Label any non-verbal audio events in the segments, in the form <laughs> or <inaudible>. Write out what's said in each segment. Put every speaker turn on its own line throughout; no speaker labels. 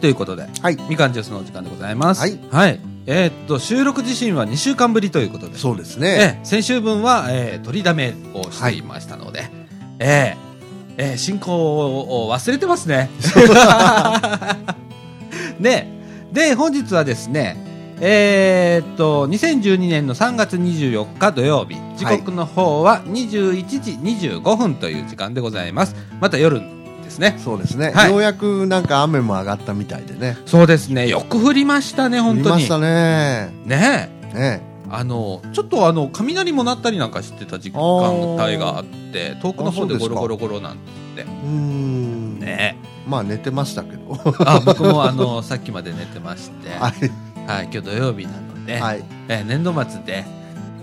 ということで、
はい
みかんジュースのお時間でございます。
はい
えーっと、収録自身は2週間ぶりということで、
そうです
え
ね。
え先週分は、えー取りだめをしていましたので、ええええ進行を忘れてますね。 <laughs> ねで、本日はですね、えーっと、2012年の3月24日土曜日、時刻の方は21時25分という時間でございます。また夜ですね。
そうですね、
はい
ようやくなんか雨も上がったみたいでね。
そうですね。よく降りましたね、本
見
当
ま
に
し。たね。
ねえ。
ね。
あの、ちょっとあの、雷も鳴ったりなんかしてた時間帯があって、遠くの方で
あ
ゴ
そうです
ロ
か
ゴロゴロなん
うーん。
てね。
まあ寝てましたけど。
あ、僕もあの、さっきまで寝てまして、 <laughs> は、
はい
今日土曜日なので、
い。はい。
えー年度末で、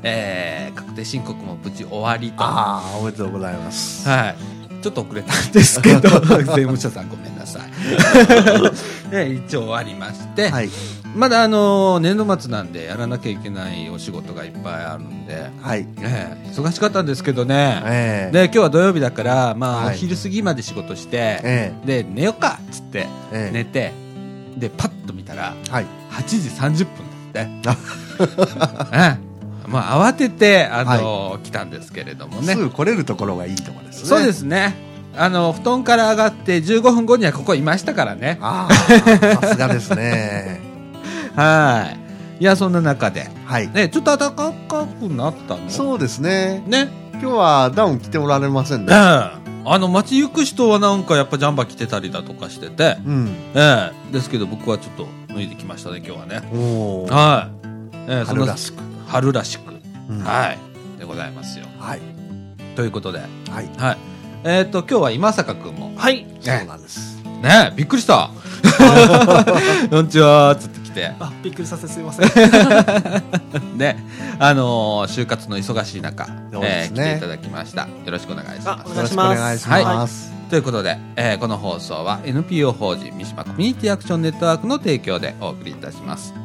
えー確定申告も無事終わりと。は
ああ、おめでとうございます。
い。ちょっと遅れたんですけど、 <laughs> 税務署さんごめんな <laughs> さい。で一応終わりまして、
はい。
まだあの年度末なんでやらなきゃいけないお仕事がいっぱいあるんで、
はい。
ええ忙しかったんですけどね、
ええ。
で今日は土曜日だから、まあ
はい
お昼過ぎまで仕事して、
え
で寝ようかっつって
え。ええ。
寝て、でパッと見たら
はい。
8時30分だって、 <laughs> ええまあ、慌てて、あの来たんですけれどもね
すぐ来れるところがいいところですね。。
そうですすねあの布団から上がって15分後にはここいましたからね
ああ、さすがですね。
はいいやそんな中で、
はい。
ね、ちょっと暖かくなったの
そうですね。
ね
今日はダウン着ておられません
ええ
ね。
あの街行く人はなんかやっぱジャンバー着てたりだとかしてて、
うん。
ええですけど僕はちょっと脱いできましたね今日はね
おー。
はい、ええそん
春
な
らしく。
春らしく、
うん
はいでございますよ
はい。
ということではい
はい。
えっ、と今日は今坂君も
はい。
そうなんです。
ねえびっくりした
<laughs>
こんにちはっつってきて
あ、びっくりさせてすいません。は
ねあのー就活の忙しい中、
そうで
ええ
す
来
ね
ていただきましたよろしくお願いします
あお
よろ
願い
し
し
くお
ます
願いします。
ということで、えーこの放送は NPO 法人三島コミュニティアクションネットワークの提供でお送りいたします。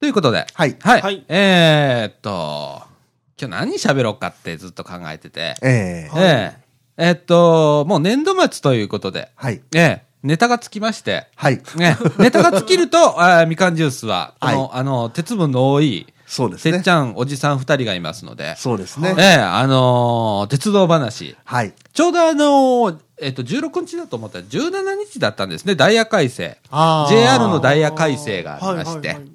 ということで、
はい。
はい。
はい
えーっと、今日何喋ろうかってずっと考えてて、
ええ
はい
えーえーっと、もう年度末ということで、
はい。
ええネタがつきまして、
はい。
ね、
<laughs>
ネタが尽きると、あーみかんジュースは、この、
は
あの、鉄分の多い、
そうです
せっ
ね
ち。ゃん、おじさん二人がいますので、
そうです
え
ね。
えあのー鉄道話。
はい。
ちょうどあのーえっと、16日だと思ったら17日だったんですね、ダイヤ改正。
あー
JR のダイヤ改正がありまして、
いはいはい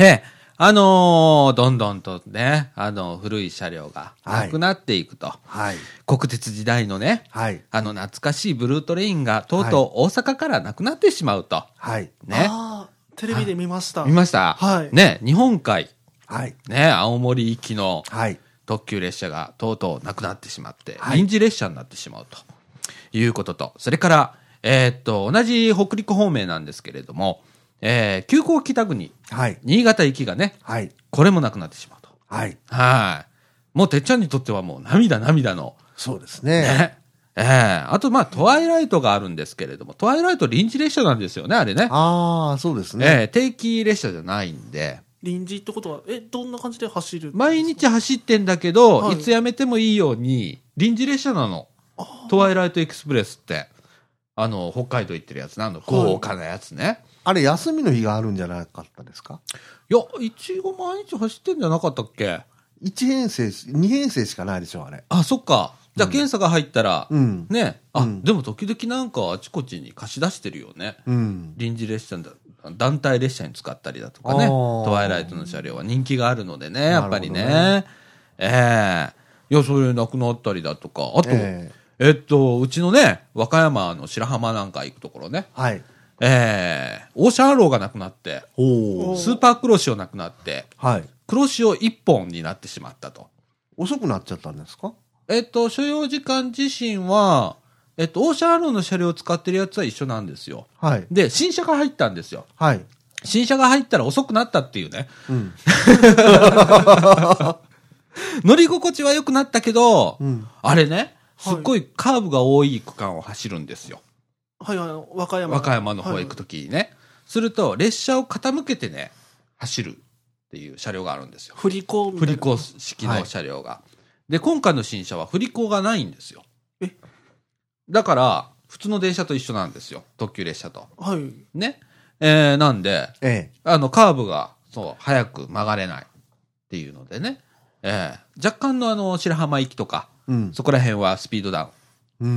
ええ、あのーどんどんとね、あの、古い車両が
はい
なくなっていくと、
はい。
国鉄時代のね、
はい。
あの懐かしいブルートレインがとうとう大阪からなくなってしまうと。
はい。
ね。
あーテレビで見ました。
見ました
はい
ね、日本海、
はい。
ね、青森行きの
はい。
特急列車がとうとうなくなってしまって、
はい
臨時列車になってしまうということと、それから、えーっと、同じ北陸方面なんですけれども、えー、急行北国、
はい。
新潟行きがね、
はい。
これもなくなってしまうと。
はい。
はい。もうてっちゃんにとってはもう涙涙の、
そうですね。
ね。ええあと、まあ、トワイライトがあるんですけれども、トワイライト臨時列車なんですよね、あれね。
ああ、そうです
え
ね。
え定期列車じゃないんで、
臨時ってことは、え、どんな感じで走る
毎日走ってんだけど、
はい
い、つやめてもいいように、臨時列車なの。トワイライトエクスプレスって、あの、北海道行ってるやつなの、豪華なやつね。
あれ、休みの日があるんじゃなかったですか
い、や、一応毎日走ってんじゃなかったっけ
一編成し、二編成しかないでしょ、あれ。
あ、そっか。じゃあ、検査が入ったら、
うん。
ね。あ、
うん
でも時々なんかあちこちに貸し出してるよね。
うん。
臨時列車だ団体列車に使ったりだとかね、
あー
トワイライトの車両は人気があるのでね、やっぱりね。
なるほど
ええいや、そういうなくなったりだとか、あと、え
え
っと、うちのね、和歌山の白浜なんか行くところね、
はい。
ええオーシャンアローがなくなって、
お
お
お。
スーパークロシオなくなって、
はい。
黒潮一本になってしまったと。
遅くなっちゃったんですか
えっと、所要時間自身は、えっと、オーシャンアローの車両を使ってるやつは一緒なんですよ。
はい。
で、新車が入ったんですよ。
はい。
新車が入ったら遅くなったっていうね。
うん。
乗り心地は良くなったけど、
うん。
あれね、す
はい
っごいカーブが多い区間を走るんですよ。
はいはい、和歌山。
和歌山の方へ行く
と。
ときにね。すると、列車を傾けてね、走るっていう車両があるんですよ。
振り子みた
振
いな。
り子式の車両が。で、今回の新車は振り子がないんですよ。
え
だから、普通の電車と一緒なんですよ。特急列車と。
はい。
ね。えー、なんで、
ええ。
あの、カーブが、そう、早く曲がれないっていうのでね。ええ若干のあの、白浜行きとか、
うん。
そこら辺はスピードダウン。
う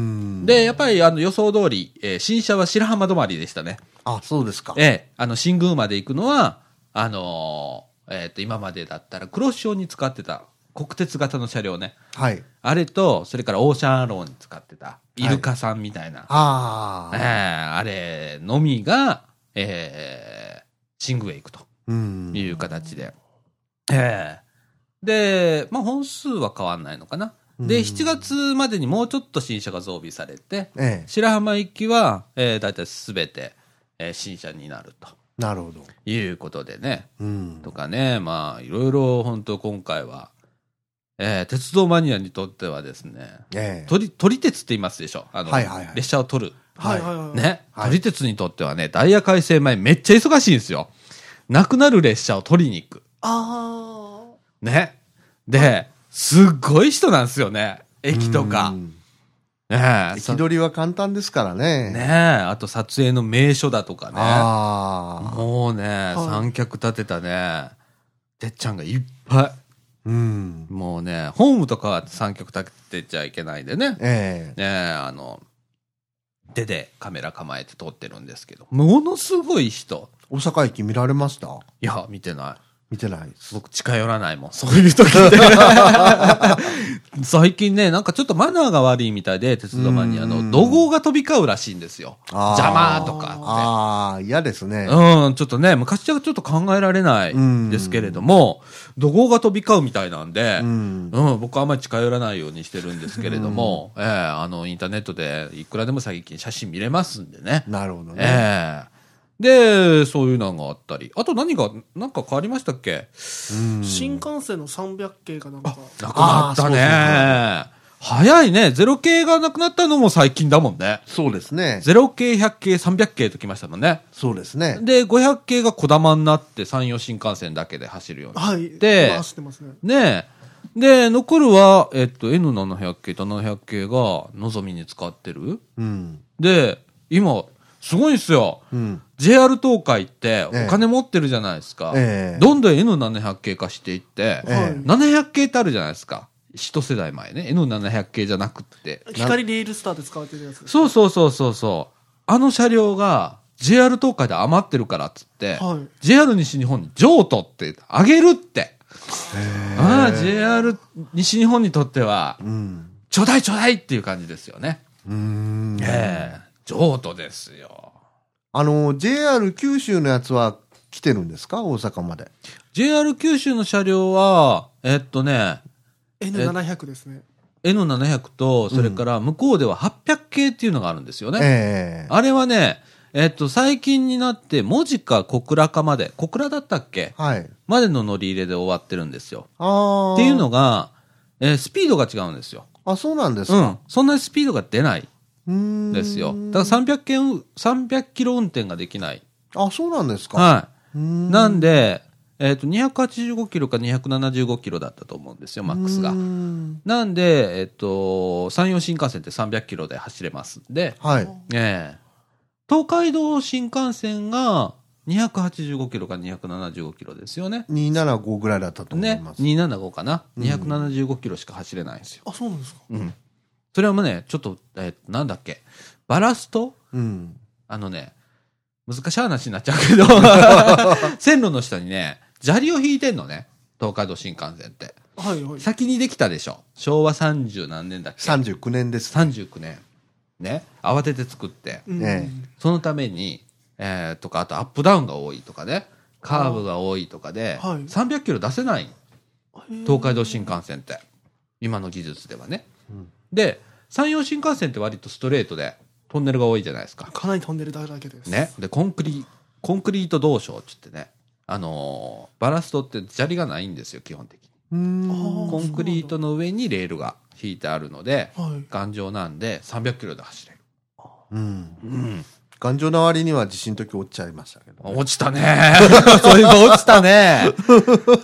ん。
で、やっぱりあの予想通り、えー新車は白浜止まりでしたね。
あ、そうですか。
ええあの、新宮まで行くのは、あのーえっ、と、今までだったら黒潮に使ってた国鉄型の車両ね。
はい。あ
あれと、それからオーシャンアローに使ってたイルカさんみたいな。
あ
ええ
ー。
あれのみが、ええ新宮へ行くと
うん。
いう形で。ええで、まあ、本数は変わんないのかな。で、
うん
7月までにもうちょっと新車が増備されて、
ええ。
白浜行きは、えー、大体すべて、えー新車になると
なるほど。
いうことでね、
うん
と。かね、まあ、いろいろ本当今回は、えー鉄道マニアにとってはですね、
ええ。
撮り、撮り鉄って言いますでしょあの、
はいはいはい
列車を撮る。
はいはいはい。。
ね、
はい
撮り鉄にとってはね、ダイヤ改正前めっちゃ忙しいんですよ。なくなる列車を撮りに行く。
あ
ね。で、すっごい人なんですよね。駅とか
う。ん。
ねえ
駅取りは簡単ですからね。
ねえ、あと撮影の名所だとかね。
ああ。
もうね、
い
三脚立てたね、てっちゃんがいっぱ
うん
い。。もうね、ホームとかは三脚立てちゃいけないんでね。ね
ええ。
え、あの、手でカメラ構えて撮ってるんですけど、ものすごい人。
大阪駅見られました
いや、見てない。
見てないです。
僕近寄らないもん、そういう
<laughs>
時って。最近ね、なんかちょっとマナーが悪いみたいで、鉄道マニア
う
の、
ん
怒号が飛び交うらしいんですよ。
あー
邪魔とかって。
ああ、嫌ですね。
うん、ちょっとね、昔じゃちょっと考えられないですけれども、怒号が飛び交うみたいなんで、
う
うん
ん。
僕はあんまり近寄らないようにしてるんですけれども、ええあの、インターネットでいくらでも最近写真見れますんでね。
なるほどね。
ええで、そういうのがあったり。あと何が、なんか変わりましたっけ
うん
あ。新幹線の300系がなんか。
なくなったね。早いね。ゼロ系がなくなったのも最近だもんね。
そうですね。
ゼロ系、100系、300系ときましたのね。
そうですね。
で、500系が小玉になって山陽新幹線だけで走るように
はい。
で
今走ってますね。
ねえ。で、残るは、えっと、N700 系と700系が、のぞみに使ってる。
うん。
で、今、すごいんすよ。
うん。
JR 東海って、
ええ
お金持ってるじゃないですか。
ええ
どんどん N700 系化していって、
え
はい
え。
700系ってあるじゃないですか。一世代前ね。N700 系じゃなくって。
光レールスターで使われてるやつです。
そうそうそうそうそう。あの車両が、JR 東海で余ってるからっつって、
はい
JR 西日本に譲渡って、あげるって。ああ、JR 西日本にとっては、
うん。
ちょうだいちょうだいっていう感じですよね。
うーん。
ええ譲渡ですよ。
あの、JR 九州のやつは来てるんですか大阪まで。
JR 九州の車両は、えっとね、
N700 ですね。
N700 と、それから向こうでは800系っていうのがあるんですよね。
ええ。
あれはね、えっと、最近になって、文字か小倉かまで、小倉だったっけ
はい。
までの乗り入れで終わってるんですよ。
ああ。
っていうのが、えースピードが違うんですよ。
あ、そうなんです
う
か。
ん。そんなにスピードが出ない
うん。ん
ですよ。だから300件、300キロ運転ができない。
あ、そうなんですか。
はい。
うーん
なんで、えっ、と、285キロか275キロだったと思うんですよ、マックスが
うー。ん
なんで、えっ、と、山陽新幹線って300キロで走れますんで、
はい。
ええ東海道新幹線が285キロか275キロですよね。
275ぐらいだったと思い
ね、
ます。
275かな。
ん
275キロしか走れないんですよ。
あ、そうなんですか。
うん。それはもうね、ちょっと、えーなんだっけ、バラスト
うん。
あのね、難しい話になっちゃう
<laughs>
けど、線路の下にね、砂利を引いてんのね、東海道新幹線って。
はいはい。
先にできたでしょ。昭和30何年だっけ
39年です。
?39 年。ね。慌てて作って。
うん
え
そのために、えー、とか、あとアップダウンが多いとかね、カーブが多いとかで、
あーはい
300キロ出せない。東海道新幹線って。今の技術ではね。
うん
で、山陽新幹線って割とストレートで、トンネルが多いじゃないですか。
かなりトンネルだらけです。
ね。で、コンクリコンクリート道床って言ってね、あのーバラストって砂利がないんですよ、基本的に。
うーん
あ
コンクリートの上にレールが引いてあるので、
はい。
頑丈なんで300キロで走れる。
うん
うん。
頑丈な割には地震の時落ちちゃいましたけどね、
落ちたね。 <laughs> そういえば落ちたね。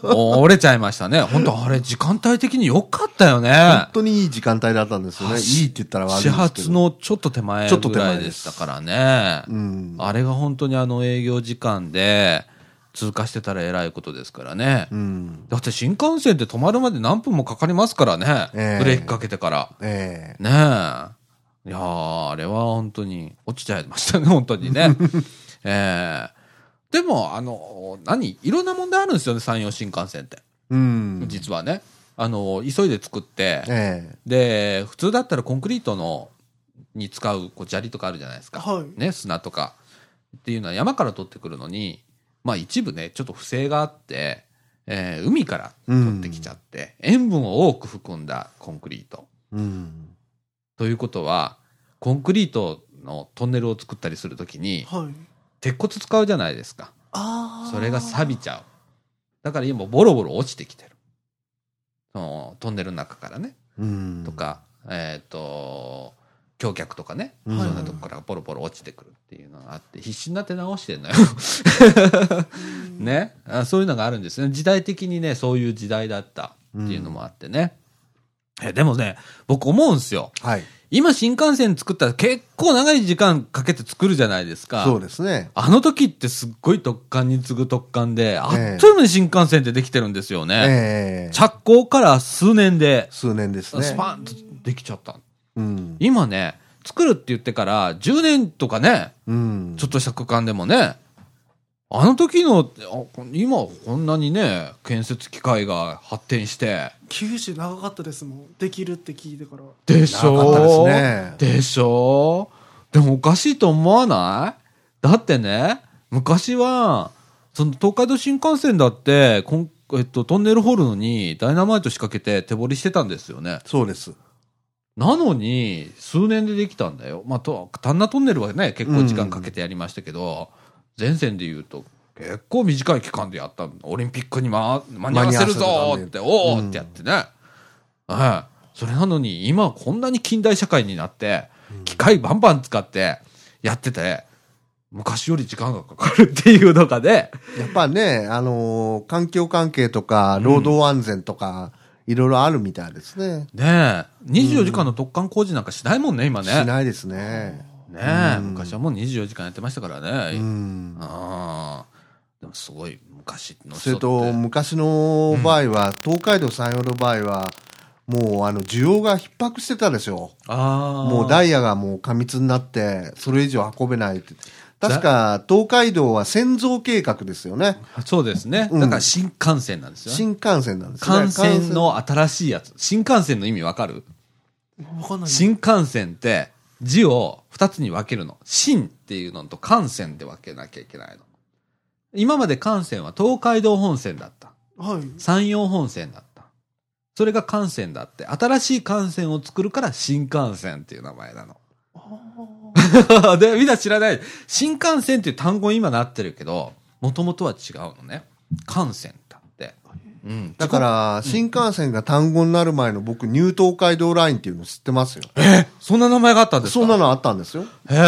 お <laughs> 折れちゃいましたね。本当あれ、時間帯的に良かったよね
本。当にいい時間帯だったんですよねい
走
いって言ったら悪いんで
始
すけど
発のちょっと手前
ちょっと
ぐ
手
ら
前
い
です
でしたからね。
うん
あれが本当にあの営業時間で通過してたらえらいことですからね。
うん
だって新幹線って止まるまで何分もかかりますからね。
ええ
ブレーキかけてから。
ええ
ねえ。いやー、あれは本当に落ちちゃいましたね、 <laughs> 本当にね。ええでも、あの、何いろんな問題あるんですよね、山陽新幹線って。
うん
実はね。あの、急いで作って、
ええ
で、普通だったらコンクリートの、に使う、こう、砂利とかあるじゃないですか。
はい
ね、砂とか。っていうのは山から取ってくるのに、まあ一部ね、ちょっと不正があって、えー海から取ってきちゃって、塩分を多く含んだコンクリート。
うん
ということは、コンクリートのトンネルを作ったりするときに、
はい。
鉄骨使うじゃないですか。
ああ。
それが錆びちゃう。だから今、ボロボロ落ちてきてる。そのトンネルの中からね。
うん
とか、えっ、と、橋脚とかね。
う
そ
ん
んなとこからボロボロ落ちてくるっていうのがあって、必死になって直してんのよ。ねあ。そういうのがあるんですね。時代的にね、そういう時代だったっていうのもあってね。えでもね、僕思うんですよ。
はい
今新幹線作ったら結構長い時間かけて作るじゃないですか。
そうですね
あの時ってすっごい特艦に次ぐ特艦で、あ
ええ
っという間に新幹線ってできてるんですよね。
ええ
着工から数年で、
数年ですね
スパンとできちゃった。
うん
今ね、作るって言ってから10年とかね、
うん
ちょっとした区間でもね、あの時の、あ今こんなにね、建設機械が発展して、
九州長かったですもん。できるって聞いてから。
でしょ
長かったです
でしょでもおかしいと思わないだってね、昔は、その東海道新幹線だって、こんえっと、トンネル掘るのにダイナマイト仕掛けて手掘りしてたんですよね。
そうです
なのに、数年でできたんだよ。まあ、と、丹那トンネルはね、結構時間かけてやりましたけど、前線で言うと、結構短い期間でやったのオリンピックに間間に合わせるぞーって、
間に合わせるために
おおってやってね。ええそれなのに、今こんなに近代社会になって、機械バンバン使ってやってて、昔より時間がかかるっていうのがね、
やっぱね、あのー環境関係とか、労働安全とか、いろいろあるみたいですね。
ねえ、24時間の特貫工事なんかしないもんね、今ね。
しないですね。
ねえ、
うん
昔はもう24時間やってましたからね。
うん。
ああ。でもすごい昔の
そ
人
れ
って。
と、昔の場合は、東海道山陽の場合は、もう、あの、需要が逼迫してたでしょ。
ああ。
もうダイヤがもう過密になって、それ以上運べないって。確か、東海道は先導計画ですよね。
そうですね。
うん
だから新幹線なんですよね。
新幹線なんですね。
幹線の新しいやつ。新幹線の意味わかる
わかんない。
新幹線って字を二つに分けるの。新っていうのと幹線で分けなきゃいけないの。今まで幹線は東海道本線だった。
はい。
山陽本線だった。それが幹線だって。新しい幹線を作るから新幹線っていう名前なの。<laughs>
あ
で、みんな知らない。新幹線っていう単語に今なってるけど、もともとは違うのね。幹線だって。うん。
だから、新幹線が単語になる前の僕、ニュー東海道ラインっていうの知ってますよ。
そんな名前があったんですか
そんなのあったんですよ。
英
英語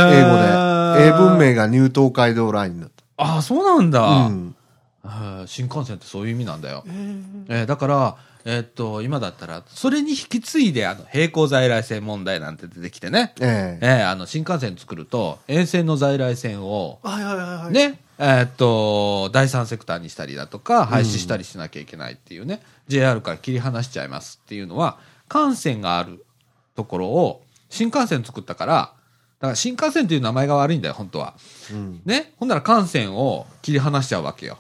で。英文。明がニュー東海道ラインだっ
ああ、そうなんだ、
た。うん。
へー新幹線ってそういう意味なんだよ
え。ー
えーだから、えーっと、今だったら、それに引き継いで、あの、平行在来線問題なんて出てきてね。
ええ。
えーあの、新幹線作ると、沿線の在来線を、
はいはいはいはい。。
ね、えーっと、第三セクターにしたりだとか、廃止したりしなきゃいけないっていうね、JR から切り離しちゃいますっていうのは、幹線があるところを、新幹線作ったから、だから新幹線という名前が悪いんだよ、本当は。
うん
ね、ほんなら幹線を切り離しちゃうわけよ。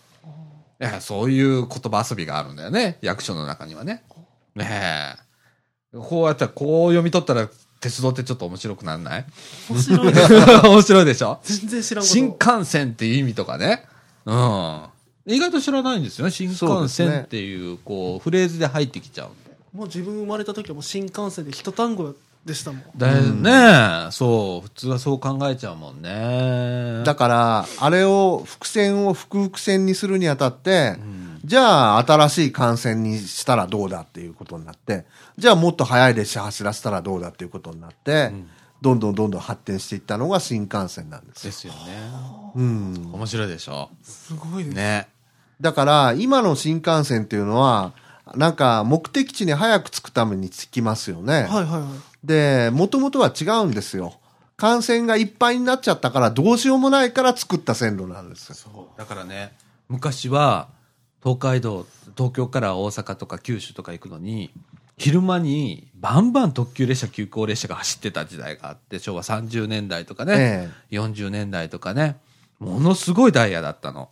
ええそういう言葉遊びがあるんだよね、役所の中にはね。ねえこうやったら、こう読み取ったら、鉄道ってちょっと面白くならない <laughs>
面白い。
面白いでしょ
全然知らんこと。
新幹線っていう意味とかね。うん。意外と知らないんですよね。新
そう
幹
ですね
線っていう、こう、フレーズで入ってきちゃうんで。
もう自分生まれた時はもう新幹線で一単語でしたもん。
だよね、そう、普通はそう考えちゃうもんね。
だから、あれを、伏線を複々線にするにあたって、じゃあ、新しい感染にしたらどうだっていうことになって、じゃあ、もっと速い列車走らせたらどうだっていうことになって、どんどんどんどん発展していったのが新幹線なんです
で
よ。
すよね。
うん。
面白いでしょ。
すごいです。
ね。
だから、今の新幹線っていうのは、なんか、目的地に早く着くために着きますよね。
はいはいはい。
で、もともとは違うんですよ。感染がいっぱいになっちゃったから、どうしようもないから作った線路なんですよ。
だからね、昔は、東海道、東京から大阪とか九州とか行くのに、昼間にバンバン特急列車、急行列車が走ってた時代があって、昭和30年代とかね、40年代とかね、ものすごいダイヤだったの。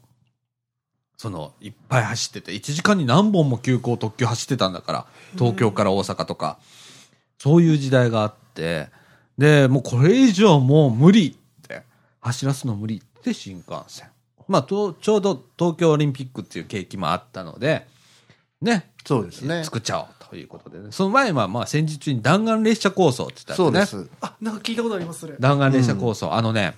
その、いっぱい走ってて、1時間に何本も急行特急走ってたんだから、東京から大阪とか、そういう時代があって、で、もうこれ以上もう無理って、走らすの無理って新幹線。まあ、とちょうど東京オリンピックっていう景気もあったので、ね、
そうですね。
作っちゃおうということでね。その前は、まあ、戦時中に弾丸列車構想って言ったん
そう
ね。
です。
あ、なんか聞いたことあります、それ。
弾丸列車構想。あのね、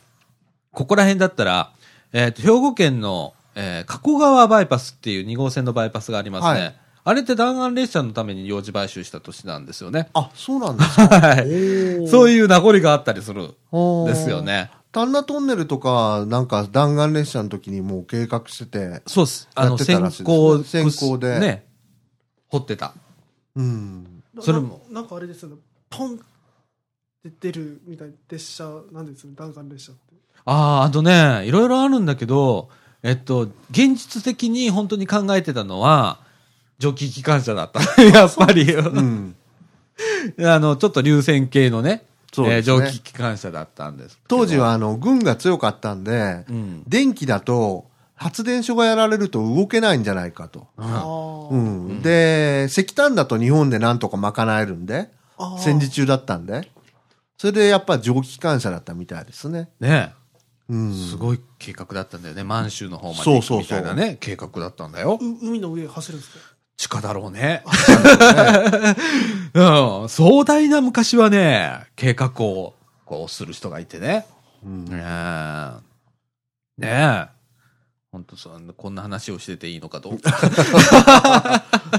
ここら辺だったら、えっ、と、兵庫県の、えー加古川バイパスっていう2号線のバイパスがありますね。
はい
あれって弾丸列車のために用事買収した年なんですよね。
あ、そうな
<laughs>
んですか。
はい。そういう名残があったりするん
おー
ですよ。ね。
丹那トンネルとか、なんか弾丸列車の時にもう計画してて、
そうです。あの、
やってた
先
らしい
行、
ですね先行で
ね、掘ってた。
うん。
な
それも。
ななんかあれですよね。ポンって出るみたいな列車なんですよね。弾丸列車って。
ああ、あとね、いろいろあるんだけど、えっと、現実的に本当に考えてたのは、蒸気機関車だった。 <laughs> やっぱり。
うん。
あの、ちょっと流線系のね、
そう
えー
ですね
蒸気機関車だったんですけど。
当時は、あの、軍が強かったんで、
うん、
電気だと、発電所がやられると動けないんじゃないかと。
あ
う
ー
ん。で、石炭だと日本でなんとか賄えるんで、
あー。
戦時中だったんで、それでやっぱ蒸気機関車だったみたいですね。
ね
うん。
すごい計画だったんだよね。満州の方まで
そう
行
そ
く
う
み
そう
たいなね、計画だったんだよ。
う海の上走るんですか
地下だろうね。 <laughs> うん、壮大な昔はね、計画をこうする人がいてね。
うん
ねえ。ねえ。本当そんなこんな話をしてていいのかどうか。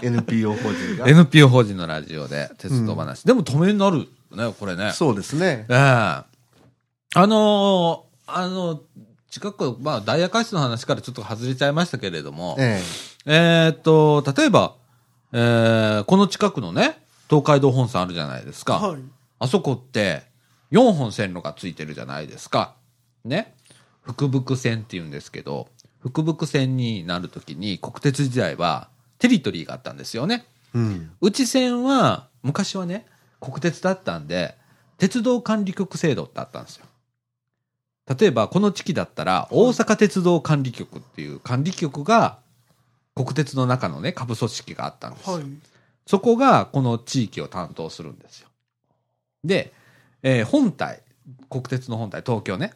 NPO 法
<laughs>
人が。
NPO 法人のラジオで、鉄道話。でも止めになるね、これね。
そうですね。
ええあのーあの、近く、まあ、ダイヤ回数の話からちょっと外れちゃいましたけれども、え
ええ。
ーっと、例えば、えーこの近くのね、東海道本線あるじゃないですか。
はい。
あそこって、4本線路がついてるじゃないですか。ね。福々線って言うんですけど、福々線になるときに国鉄時代はテリトリーがあったんですよね。
うん。
内線は、昔はね、国鉄だったんで、鉄道管理局制度ってあったんですよ。例えば、この地域だったら、大阪鉄道管理局っていう管理局が、国鉄の中のね、下部組織があったんですよ。
はい。
そこが、この地域を担当するんですよ。で、えー本体、国鉄の本体、東京ね、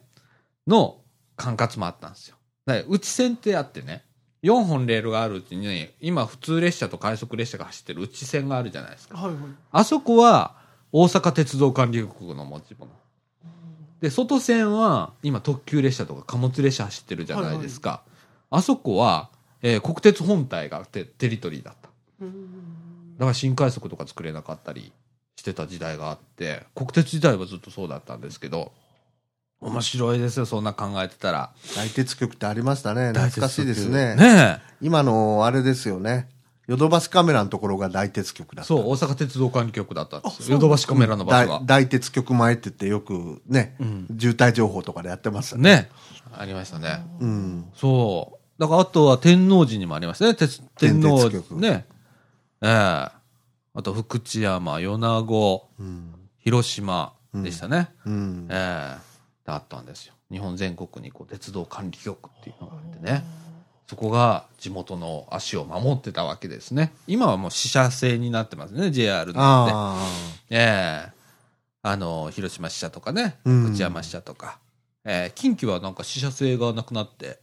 の管轄もあったんですよ。だから内線ってあってね、4本レールがあるうちに、今普通列車と快速列車が走ってる内線があるじゃないですか。
はいはい。
あそこは大阪鉄道管理局の持ち物。で、外線は今特急列車とか貨物列車走ってるじゃないですか。あそこは、えー国鉄本体がテテリトリーだった。
うん
だから新快速とか作れなかったりしてた時代があって、国鉄時代はずっとそうだったんですけど、面白いですよ、そんな考えてたら。
大鉄局ってありましたね。懐かしいですね。
ねえ。
今の、あれですよね。ヨドバシカメラのところが大鉄局だった。
そう、大阪鉄道管理局だったんです
あ
よ。ヨドバシカメラの場所が
大。大鉄局前って言ってよくね、渋滞情報とかでやってましたね。
ね。ありましたね。
うん。
そう。だから、あとは天王寺にもありましたね。鉄天王寺
天鉄。局
ね。ええあと、福知山、米子、
うん。
広島でしたね。
うん。
ええあったんですよ。日本全国にこう鉄道管理局っていうのがあってね。そこが地元の足を守ってたわけですね。今はもう死者制になってますね、JR なんて。
ああ。
ええあの、広島支社とかね、
うん
福知山支社とか。ええ近畿はなんか支社制がなくなって、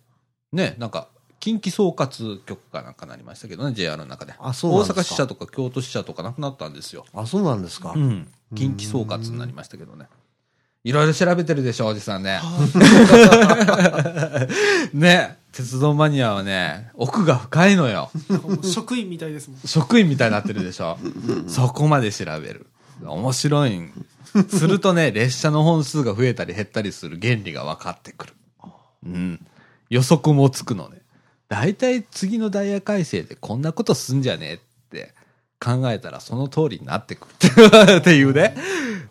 ね、なんか近畿総括局かなんかなりましたけどね、JR の中で。
あそうなんです
大
か
阪支社とか京都支社とかなくなったんですよ。
あ、そうなんですか。
うん。近畿総括になりましたけどね。いろいろ調べてるでしょ、おじさんね。ね、鉄道マニアはね、奥が深いのよ。
なんかもう職員みたいですもん。
職員みたいになってるでしょ。そこまで調べる。面白いん。するとね、
<laughs>
列車の本数が増えたり減ったりする原理が分かってくる。うん。予測もつくのね。大体次のダイヤ改正でこんなことすんじゃねえって考えたらその通りになってくる <laughs> っていうね。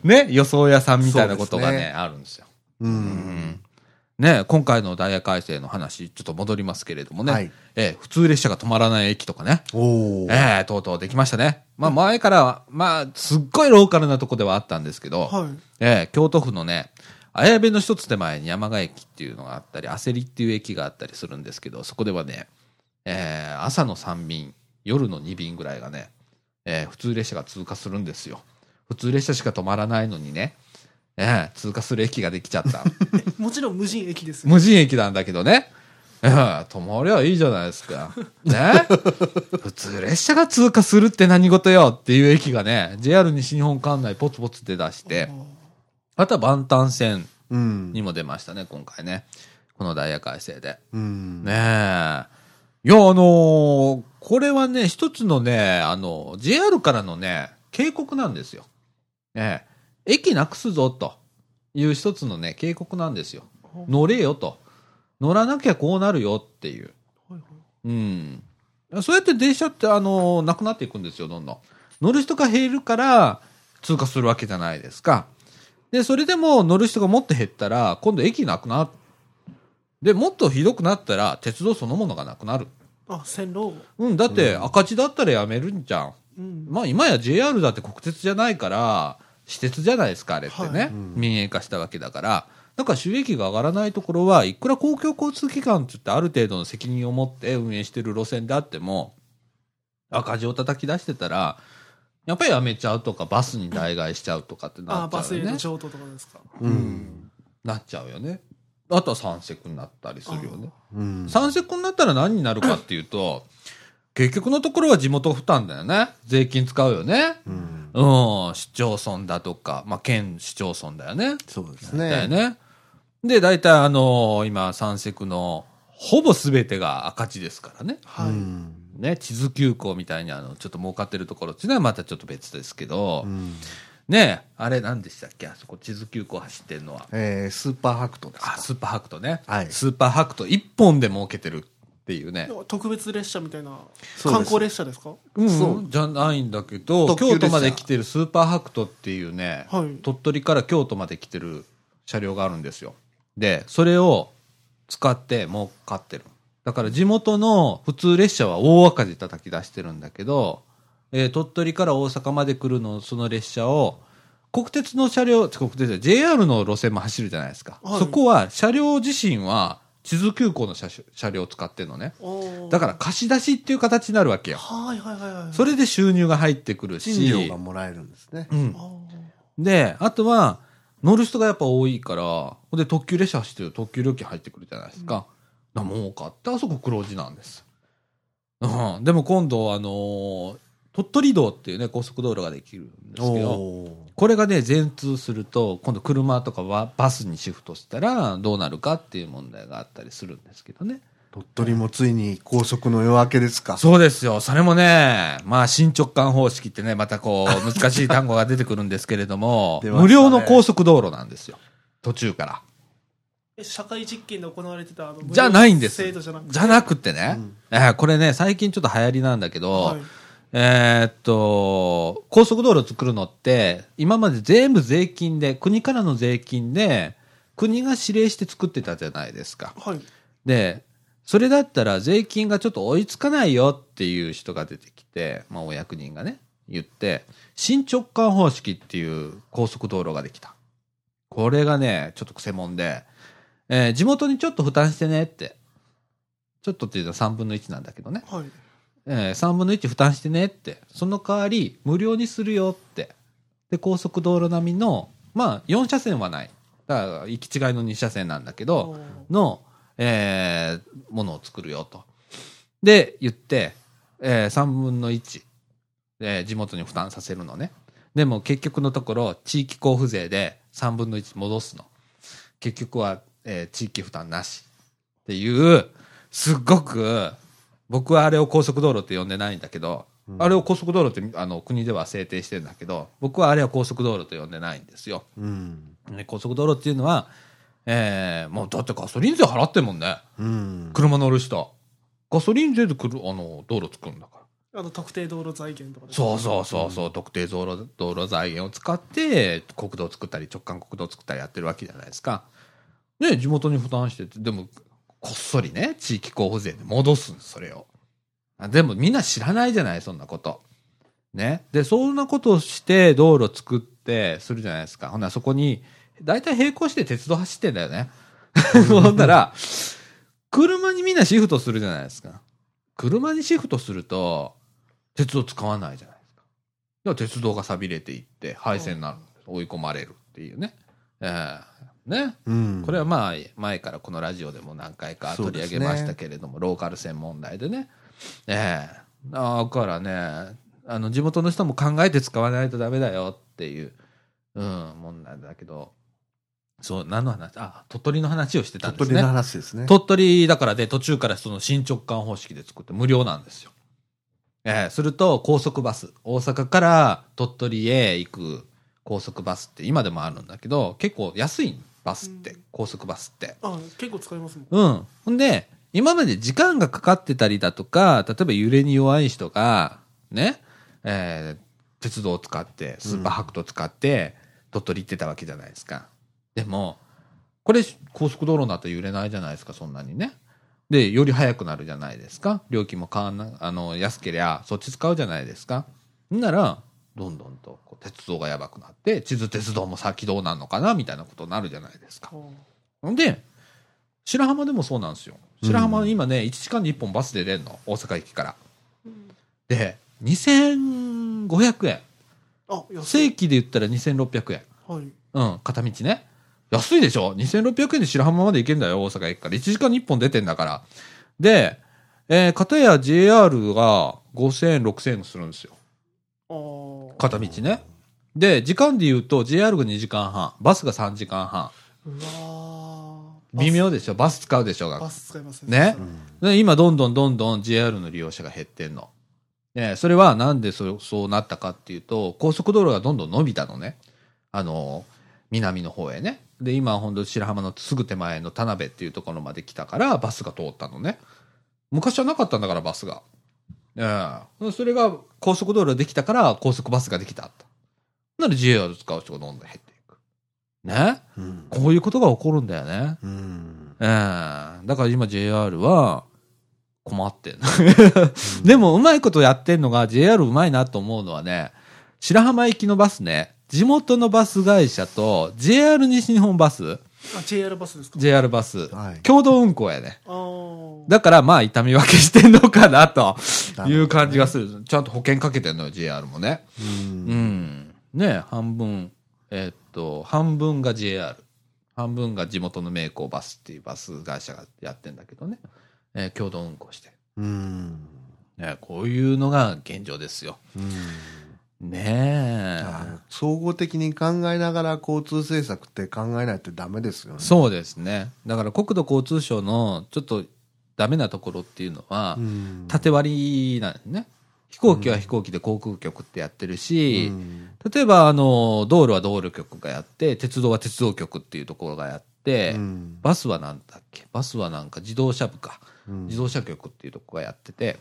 ね、予想屋さんみたいなことが
そう
ね、
ですね
あるんですよ。
うん。
ね、今回のダイヤ改正の話、ちょっと戻りますけれどもね。
はい
ええ普通列車が止まらない駅とかね。
おー。
ええとうとうできましたね。まあ前からは、まあ、すっごいローカルなとこではあったんですけど、
はい。
ええ京都府のね、綾部の一つ手前に山賀駅っていうのがあったり、焦りっていう駅があったりするんですけど、そこではね、ええ朝の3便、夜の2便ぐらいがね、ええ普通列車が通過するんですよ。普通列車しか止まらないのにね、ええ通過する駅ができちゃった。
もちろん無人駅ですよ。
無人駅なんだけどね。うん止まりゃいいじゃないですか。ね <laughs> 普通列車が通過するって何事よっていう駅がね、JR 西日本管内ポツポツ出だして、あとは万端線
うん。
にも出ましたね、今回ね。このダイヤ改正で。
うん。
ねえ。いや、あのーこれはね、一つのね、あの、JR からのね、警告なんですよ。ねえ、駅なくすぞという一つのね、警告なんですよ。乗れよと。乗らなきゃこうなるよっていう。
はい
うん。そうやって電車って、あの、なくなっていくんですよ、どんどん。乗る人が減るから、通過するわけじゃないですか。で、それでも乗る人がもっと減ったら、今度駅なくなる。で、もっとひどくなったら、鉄道そのものがなくなる。
はいあ、線路を。
うん、だって赤字だったらやめるんじゃん。
うん。
まあ今や JR だって国鉄じゃないから、私鉄じゃないですか、あれってね。
はい
民営化したわけだから。だから収益が上がらないところはいくら公共交通機関って言ってある程度の責任を持って運営してる路線であっても、赤字を叩き出してたら、やっぱりやめちゃうとか、バスに代替しちゃうとかってな
あ、
っちゃ
バ
う
スへ
よね
の。譲渡とかですか。
うん。
なっちゃうよね。あとは三石になったりするよね。
うん。
三石になったら何になるかっていうと、結局のところは地元負担だよね。税金使うよね。
うん。
うん、市町村だとか、まあ、県市町村だよね。
そうです
だよ
ね。
ね。で、大体あのー今、三石のほぼ全てが赤字ですからね。
う
はい。
ん。
ね、地図急行みたいにあの、ちょっと儲かってるところっていうのはまたちょっと別ですけど、
うん。
ね、あれ何でしたっけあそこ地図急行走ってんのは。
えー、スーパーハクトです
あ、
か。
スーパーハクトね。
はい
スーパーハクト一本で儲けてるっていうね
で。も特別列車みたいな
そうです
観光列車ですか
うん、
そう
じゃないんだけど、
特急列
京
車
都まで来てるスーパーハクトっていうね、
はい
鳥取から京都まで来てる車両があるんですよ。で、それを使って儲かってる。だから地元の普通列車は大赤字叩き出してるんだけど、えー鳥取から大阪まで来るの、その列車を、国鉄の車両、国鉄じゃない JR の路線も走るじゃないですか。
はい
そこは車両自身は地図急行の車種車両を使ってるのね。だから貸し出しっていう形になるわけよ
ら。はいはいはいはい。
それで収入が入ってくるし、
賃料がもらえるんですね
う。ん
あ、ー
で、あとは、乗る人がやっぱ多いから、ほんで特急列車走ってる特急料金入ってくるじゃないですか。だから儲かって、あそこ黒字なんです。うん。でも今度、あのー鳥取道っていうね、高速道路ができるんですけど、
おー
これがね、全通すると、今度車とかはバスにシフトしたらどうなるかっていう問題があったりするんですけどね。
鳥取もついに高速の夜明けですか。
そうですよ。それもね、まあ、新直感方式ってね、またこう、難しい単語が出てくるんですけれども、
出ましたね
無料の高速道路なんですよ。途中から。
え社会実験で行われてたあの
じゃないんです
制度じゃなくて
じゃなくてね、えーこれね、最近ちょっと流行りなんだけど、
はい
えーっと、高速道路作るのって、今まで全部税金で、国からの税金で、国が指令して作ってたじゃないですか。
はい
で、それだったら税金がちょっと追いつかないよっていう人が出てきて、まあお役人がね、言って、新直感方式っていう高速道路ができた。これがね、ちょっと癖もんで、えー地元にちょっと負担してねって。ちょっとっていうのは3分の1なんだけどね。
はい
えー、3分の1負担してねって、その代わり無料にするよって。で、高速道路並みの、まあ、4車線はない。だから、行き違いの2車線なんだけど、の、えーものを作るよと。で、言って、え3分の1、えー地元に負担させるのね。でも結局のところ、地域交付税で3分の1戻すの。結局は、えー地域負担なし。っていう、すっごく、僕はあれを高速道路って呼んでないんだけど、あれを高速道路ってあの国では制定してるんだけど、僕はあれは高速道路と呼んでないんですよ。
うん。
ね高速道路っていうのは、えーもうだってガソリン税払ってんもんね。
うん。
車乗る人。ガソリン税でくる、あの、道路作るんだから。
あの特定道路財源とかですね
そうそうそうそう、特定道路道路財源を使って国道を作ったり直管国道を作ったりやってるわけじゃないですか。ね地元に負担しててでもこっそりね地域交付税で戻すんですそれを。あでもみんな知らないじゃないそんなこと。ね、でそんなことをして道路作ってするじゃないですかほんならそこに大体並行して鉄道走ってんだよね。 <laughs> ほんなら車にみんなシフトするじゃないですか。車にシフトすると鉄道使わないじゃないですか。だから鉄道が錆びれていって廃線になる、追い込まれるっていうね。ええね。
うん。
これはまあ前からこのラジオでも何回か取り上げましたけれども、ローカル線問題でね。ええだからね、あの地元の人も考えて使わないとダメだよっていう、うん、もんなんだけど、そう、何の話あ、鳥取の話をしてたん
鳥
です
取の
ね。
話ですね。
鳥取だからで途中からその新直管方式で作って無料なんですよ。えーすると高速バス、大阪から鳥取へ行く高速バスって今でもあるんだけど、結構安いバスって、
うん
高速バスって。
あ結構使いますもん
うん。ほんで、今まで時間がかかってたりだとか、例えば揺れに弱い人が、ね、えー鉄道を使って、スーパーハクト使って、鳥取行ってたわけじゃないですか。でも、これ、高速道路だと揺れないじゃないですか、そんなにね。で、より早くなるじゃないですか。料金も変わんな、あの、安けりゃ、そっち使うじゃないですか。んなら、どんどんと、こう鉄道がやばくなって、地図鉄道も先どうなんのかな、みたいなことになるじゃないですか。
あ
ほんで、白浜でもそうなんですよ。白浜今ね、1時間に1本バスで出んの。大阪駅から。
うん
で、2500円。
あ安
正
い
規で言ったら2600円。
はい
うん、片道ね。安いでしょ ?2600 円で白浜まで行けんだよ、大阪駅から。1時間に1本出てんだから。で、えー、片や JR が5000円、6000円するんですよ。
あー
片道ね。で、時間で言うと JR が2時間半、バスが3時間半。
うわー
微妙でしょバス使うでしょが
バス使います
ね
う、ん。
で今どんどんどんどん JR の利用者が減ってんの。ね、それはなんでそそうなったかっていうと、高速道路がどんどん伸びたのね。あの、南の方へね。で、今本当白浜のすぐ手前の田辺っていうところまで来たからバスが通ったのね。昔はなかったんだからバスが。ええそれが高速道路ができたから高速バスができたと。なので JR 使う人がどんどん減っていく。ね。
うん。
こういうことが起こるんだよね。
うん。
ええだから今 JR は困ってんの <laughs> でもうまいことやってんのが JR うまいなと思うのはね、白浜行きのバスね、地元のバス会社と JR 西日本バス、
あ JR バスですか
JR バス、
はい
共同運行やね。
あー
だからまあ痛み分けしてんのかなと
なるほどね
いう感じがする。ちゃんと保険かけてんのよ、JR もね。
う。
うんん。ね半分、えっと、半分が JR、半分が地元の名工バスっていうバス会社がやってんだけどね、えー共同運行して。
うん。
ねこういうのが現状ですよ。
うん
ねえ。
総合的に考えながら交通政策って考えないとダメですよね。
そうですね。だから国土交通省のちょっとダメなところっていうのは、
うん。
縦割りなんですね。飛行機は飛行機で航空局ってやってるし、
うん
例えば、あの、道路は道路局がやって、鉄道は鉄道局っていうところがやって、
うん
バスはなんだっけバスはなんか自動車部か。
うん
自動車局っていうとこがやってて、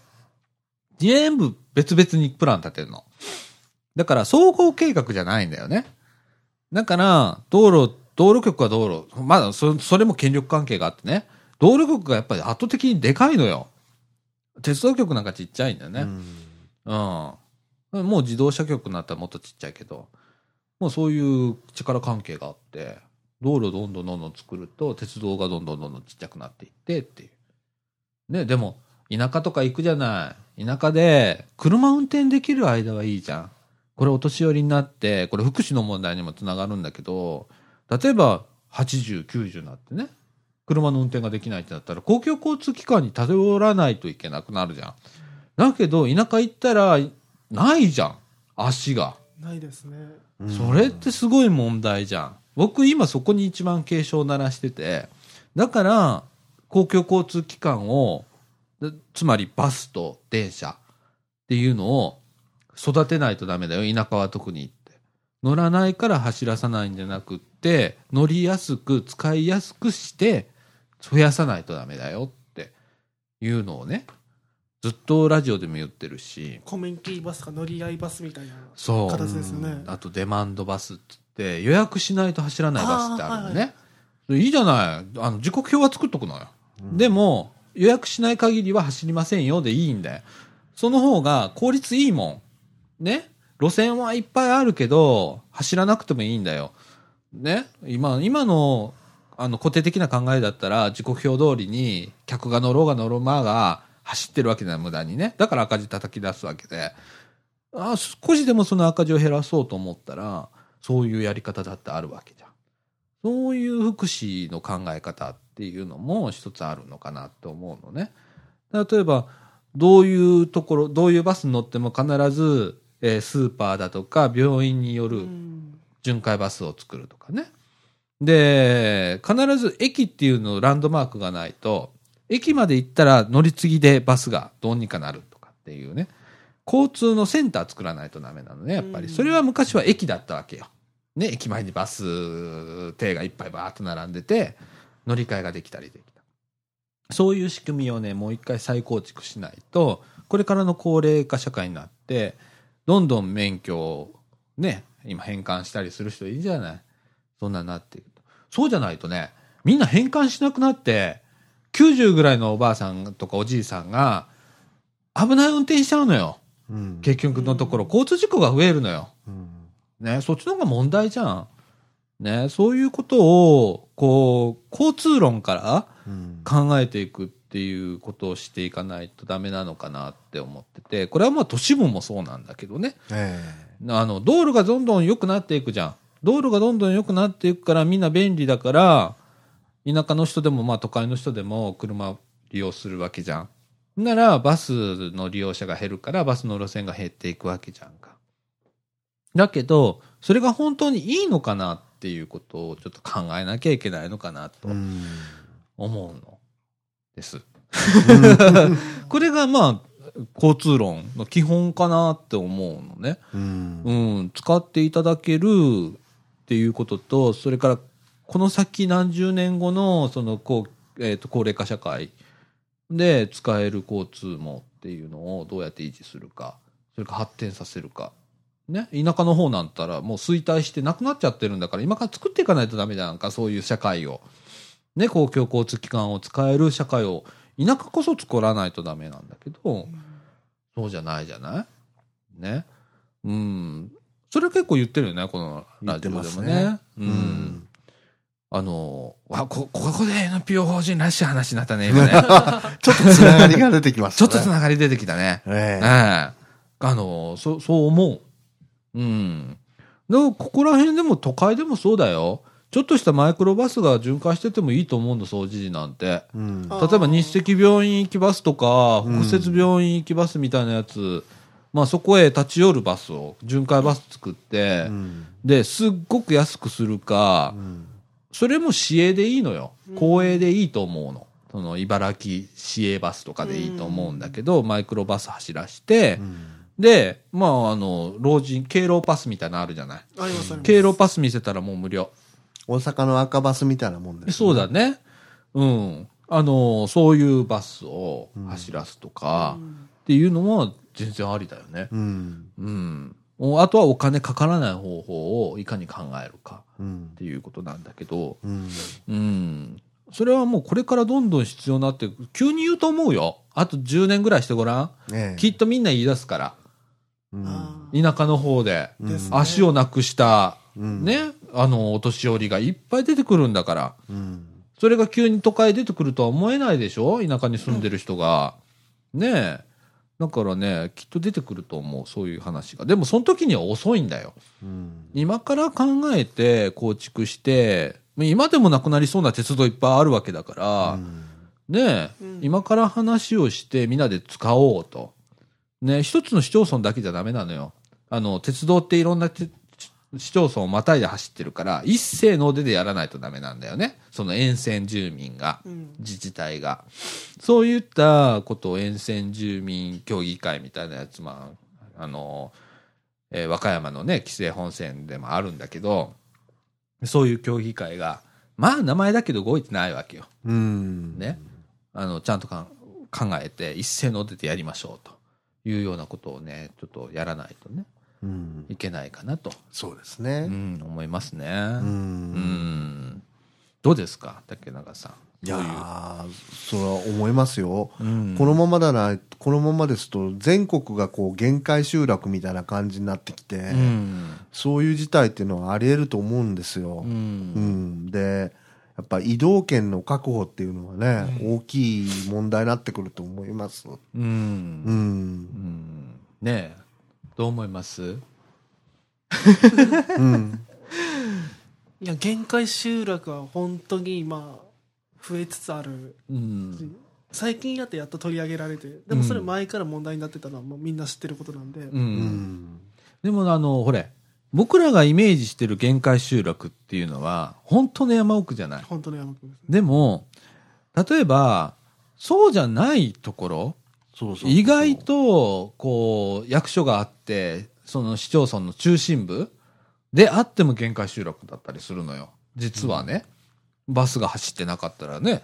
全部別々にプラン立てるの。だから総合計画じゃないんだよね。だから、道路、道路局は道路、まだそそれも権力関係があってね、道路局がやっぱり圧倒的にでかいのよ。鉄道局なんかちっちゃいんだよね。うん。もう自動車局になったらもっとちっちゃいけど、もうそういう力関係があって、道路どんどんどんどん作ると、鉄道がどんどんどんどんちっちゃくなっていってっていう。ね、でも、田舎とか行くじゃない。田舎で、車運転できる間はいいじゃん。これお年寄りになって、これ福祉の問題にもつながるんだけど、例えば80、90になってね、車の運転ができないってなったら、公共交通機関に頼らないといけなくなるじゃん。だけど、田舎行ったら、ないじゃん。足が。
ないですね
うん
それってすごい問題じゃん。僕今そこに一番警鐘を鳴らしてて、だから公共交通機関を、でつまりバスと電車っていうのを育てないとダメだよ。田舎は特にって。乗らないから走らさないんじゃなくって、乗りやすく使いやすくして増やさないとダメだよっていうのをね、ずっとラジオでも言ってるし、
コミュニティバスか乗り合いバスみたいな
そう
形ですよね
あとデマンドバスって言って予約しないと走らないバスってあるのね、
あーはい
い、いじゃないあの時刻表は作っとくのよ、でも予約しない限りは走りませんよでいいんだよその方が効率いいもんね路線はいっぱいあるけど走らなくてもいいんだよね今今のあの固定的な考えだったら時刻表通りに客が乗ろうが乗ろうまが走ってるわけだよ無駄にねだから赤字叩き出すわけであ少しでもその赤字を減らそうと思ったらそういうやり方だってあるわけじゃんそういう福祉の考え方っていうのも一つあるのかなと思うのね例えばどういうところどういうバスに乗っても必ず、えースーパーだとか病院によ
う
る
ん
巡回バスを作るとかね。で、必ず駅っていうのランドマークがないと、駅まで行ったら乗り継ぎでバスがどうにかなるとかっていうね、交通のセンター作らないとダメなのね、やっぱり。
うん
それは昔は駅だったわけよ。ね、駅前にバス停がいっぱいバーっと並んでて、乗り換えができたりできた。そういう仕組みをね、もう一回再構築しないと、これからの高齢化社会になって、どんどん免許をね、今返還したりする人いるじゃない。そんなになっていくと。そうじゃないとね、みんな返還しなくなって、90ぐらいのおばあさんとかおじいさんが、危ない運転しちゃうのよ。
うん
結局のところ、交通事故が増えるのよ。
うん
ね、そっちの方が問題じゃん。ね、そういうことを、こう、交通論から
うん
考えていくっていうことをしていかないとダメなのかなって思ってて、これはまあ都市部もそうなんだけどね。
え
あの、道路がどんどん良くなっていくじゃん。道路がどんどん良くなっていくからみんな便利だから、田舎の人でもまあ都会の人でも車を利用するわけじゃん。ならバスの利用者が減るからバスの路線が減っていくわけじゃんか。だけど、それが本当にいいのかなっていうことをちょっと考えなきゃいけないのかな
え
と
うん
思うのです。 <laughs> これがまあ交通論の基本かなって思うのね。
うん
うん、使っていただけるっていうことと、それからこの先何十年後のその高,、えー、と高齢化社会で使える交通網っていうのをどうやって維持するか、それから発展させるか。ね、田舎の方なんたらもう衰退してなくなっちゃってるんだから今から作っていかないとダメじゃんかそういう社会を、ね、公共交通機関を使える社会を田舎こそ作らないとダメなんだけど、そうじゃないじゃないね。うん。それ結構言ってるよね、このラジオでも
言ってます
ね。
ね
う。
うんん
あの、わ、こ、ここで NPO 法人らしい話になったね、
<laughs>
今ね。
ちょっとつながりが出てきまし
ちょっ
た
とつ
ね
ながり出てきたね。
え
ええ
え
あの、そう、そう思う。うん。だから、ここら辺でも都会でもそうだよ。ちょっとしたマイクロバスが巡回しててもいいと思うんだ、掃除時なんて。
うん
あ
例えば日赤病院行きバスとか
うん
北摂病院行きバスみたいなやつ、まあ、そこへ立ち寄るバスを巡回バス作って、
うん
ですっごく安くするか、
うん
それも市営でいいのよ
うん
公営でいいと思うのその茨城市営バスとかでいいと思うんだけど、マイクロバス走らして
う、ん
でまああの老人敬老パスみたいなのあるじゃない
ありますあります
敬老パス見せたらもう無料
大阪の赤バスみたいなもんです
そうだね。うん。あの、そういうバスを走らすとか、
うん
っていうのも全然ありだよね。
うん
うん。おあとはお金かからない方法をいかに考えるか
うん
っていうことなんだけど、
うん
うん。それはもうこれからどんどん必要になっていく急に言うと思うよ。あと10年ぐらいしてごらん。
ええ
きっとみんな言い出すから。
うん
あー
田舎の方で。
うん
ですね
足をなくした、
うん
ね、あの、お年寄りがいっぱい出てくるんだから。
うん
それが急に都会出てくるとは思えないでしょ田舎に住んでる人が。ねえ。だからね、きっと出てくると思う、そういう話が。でも、その時には遅いんだよ。
うん
今から考えて、構築して、今でもなくなりそうな鉄道いっぱいあるわけだから、ねえ、
うん
今から話をしてみんなで使おうと。ね一つの市町村だけじゃダメなのよ。あの、鉄道っていろんなて市町村をまたいで走ってるから、一斉の出でやらないとダメなんだよね。その沿線住民が、
うん
自治体が。そういったことを沿線住民協議会みたいなやつ、まあ、あの、えー和歌山のね、規制本線でもあるんだけど、そういう協議会が、まあ名前だけど動いてないわけよ。
うん。
ね、あのちゃんとかん考えて一斉の出てやりましょうというようなことをねちょっとやらないとね
うん。
いけないかなと、
そうです
う
ね。
ん、思いますね。
う
うん
ん。
どうですか竹中さん。
いやーそれは思いますよ。
うん
このままだな、このままですと、全国がこう、限界集落みたいな感じになってきて、
うん
そういう事態っていうのはあり得ると思うんですよ。
うん
うん、でやっぱ移動権の確保っていうのはね、大きい問題になってくると思います。
うん
う、
うんんねえどう思います
うん、
いや限界集落は本当に今増えつつある
うん
最近やってやっと取り上げられてでもそれ
うん
前から問題になってたのはもうみんな知ってることなんで、
う
うんん、
でもあのほれ僕らがイメージしてる限界集落っていうのは本当の山奥じゃない。
本当の山君ですね
でも、例えば、そうじゃないところ、
そうそうそう
意外、と、こう、役所があって、その市町村の中心部であっても限界集落だったりするのよ。実はね、バスが走ってなかったらね、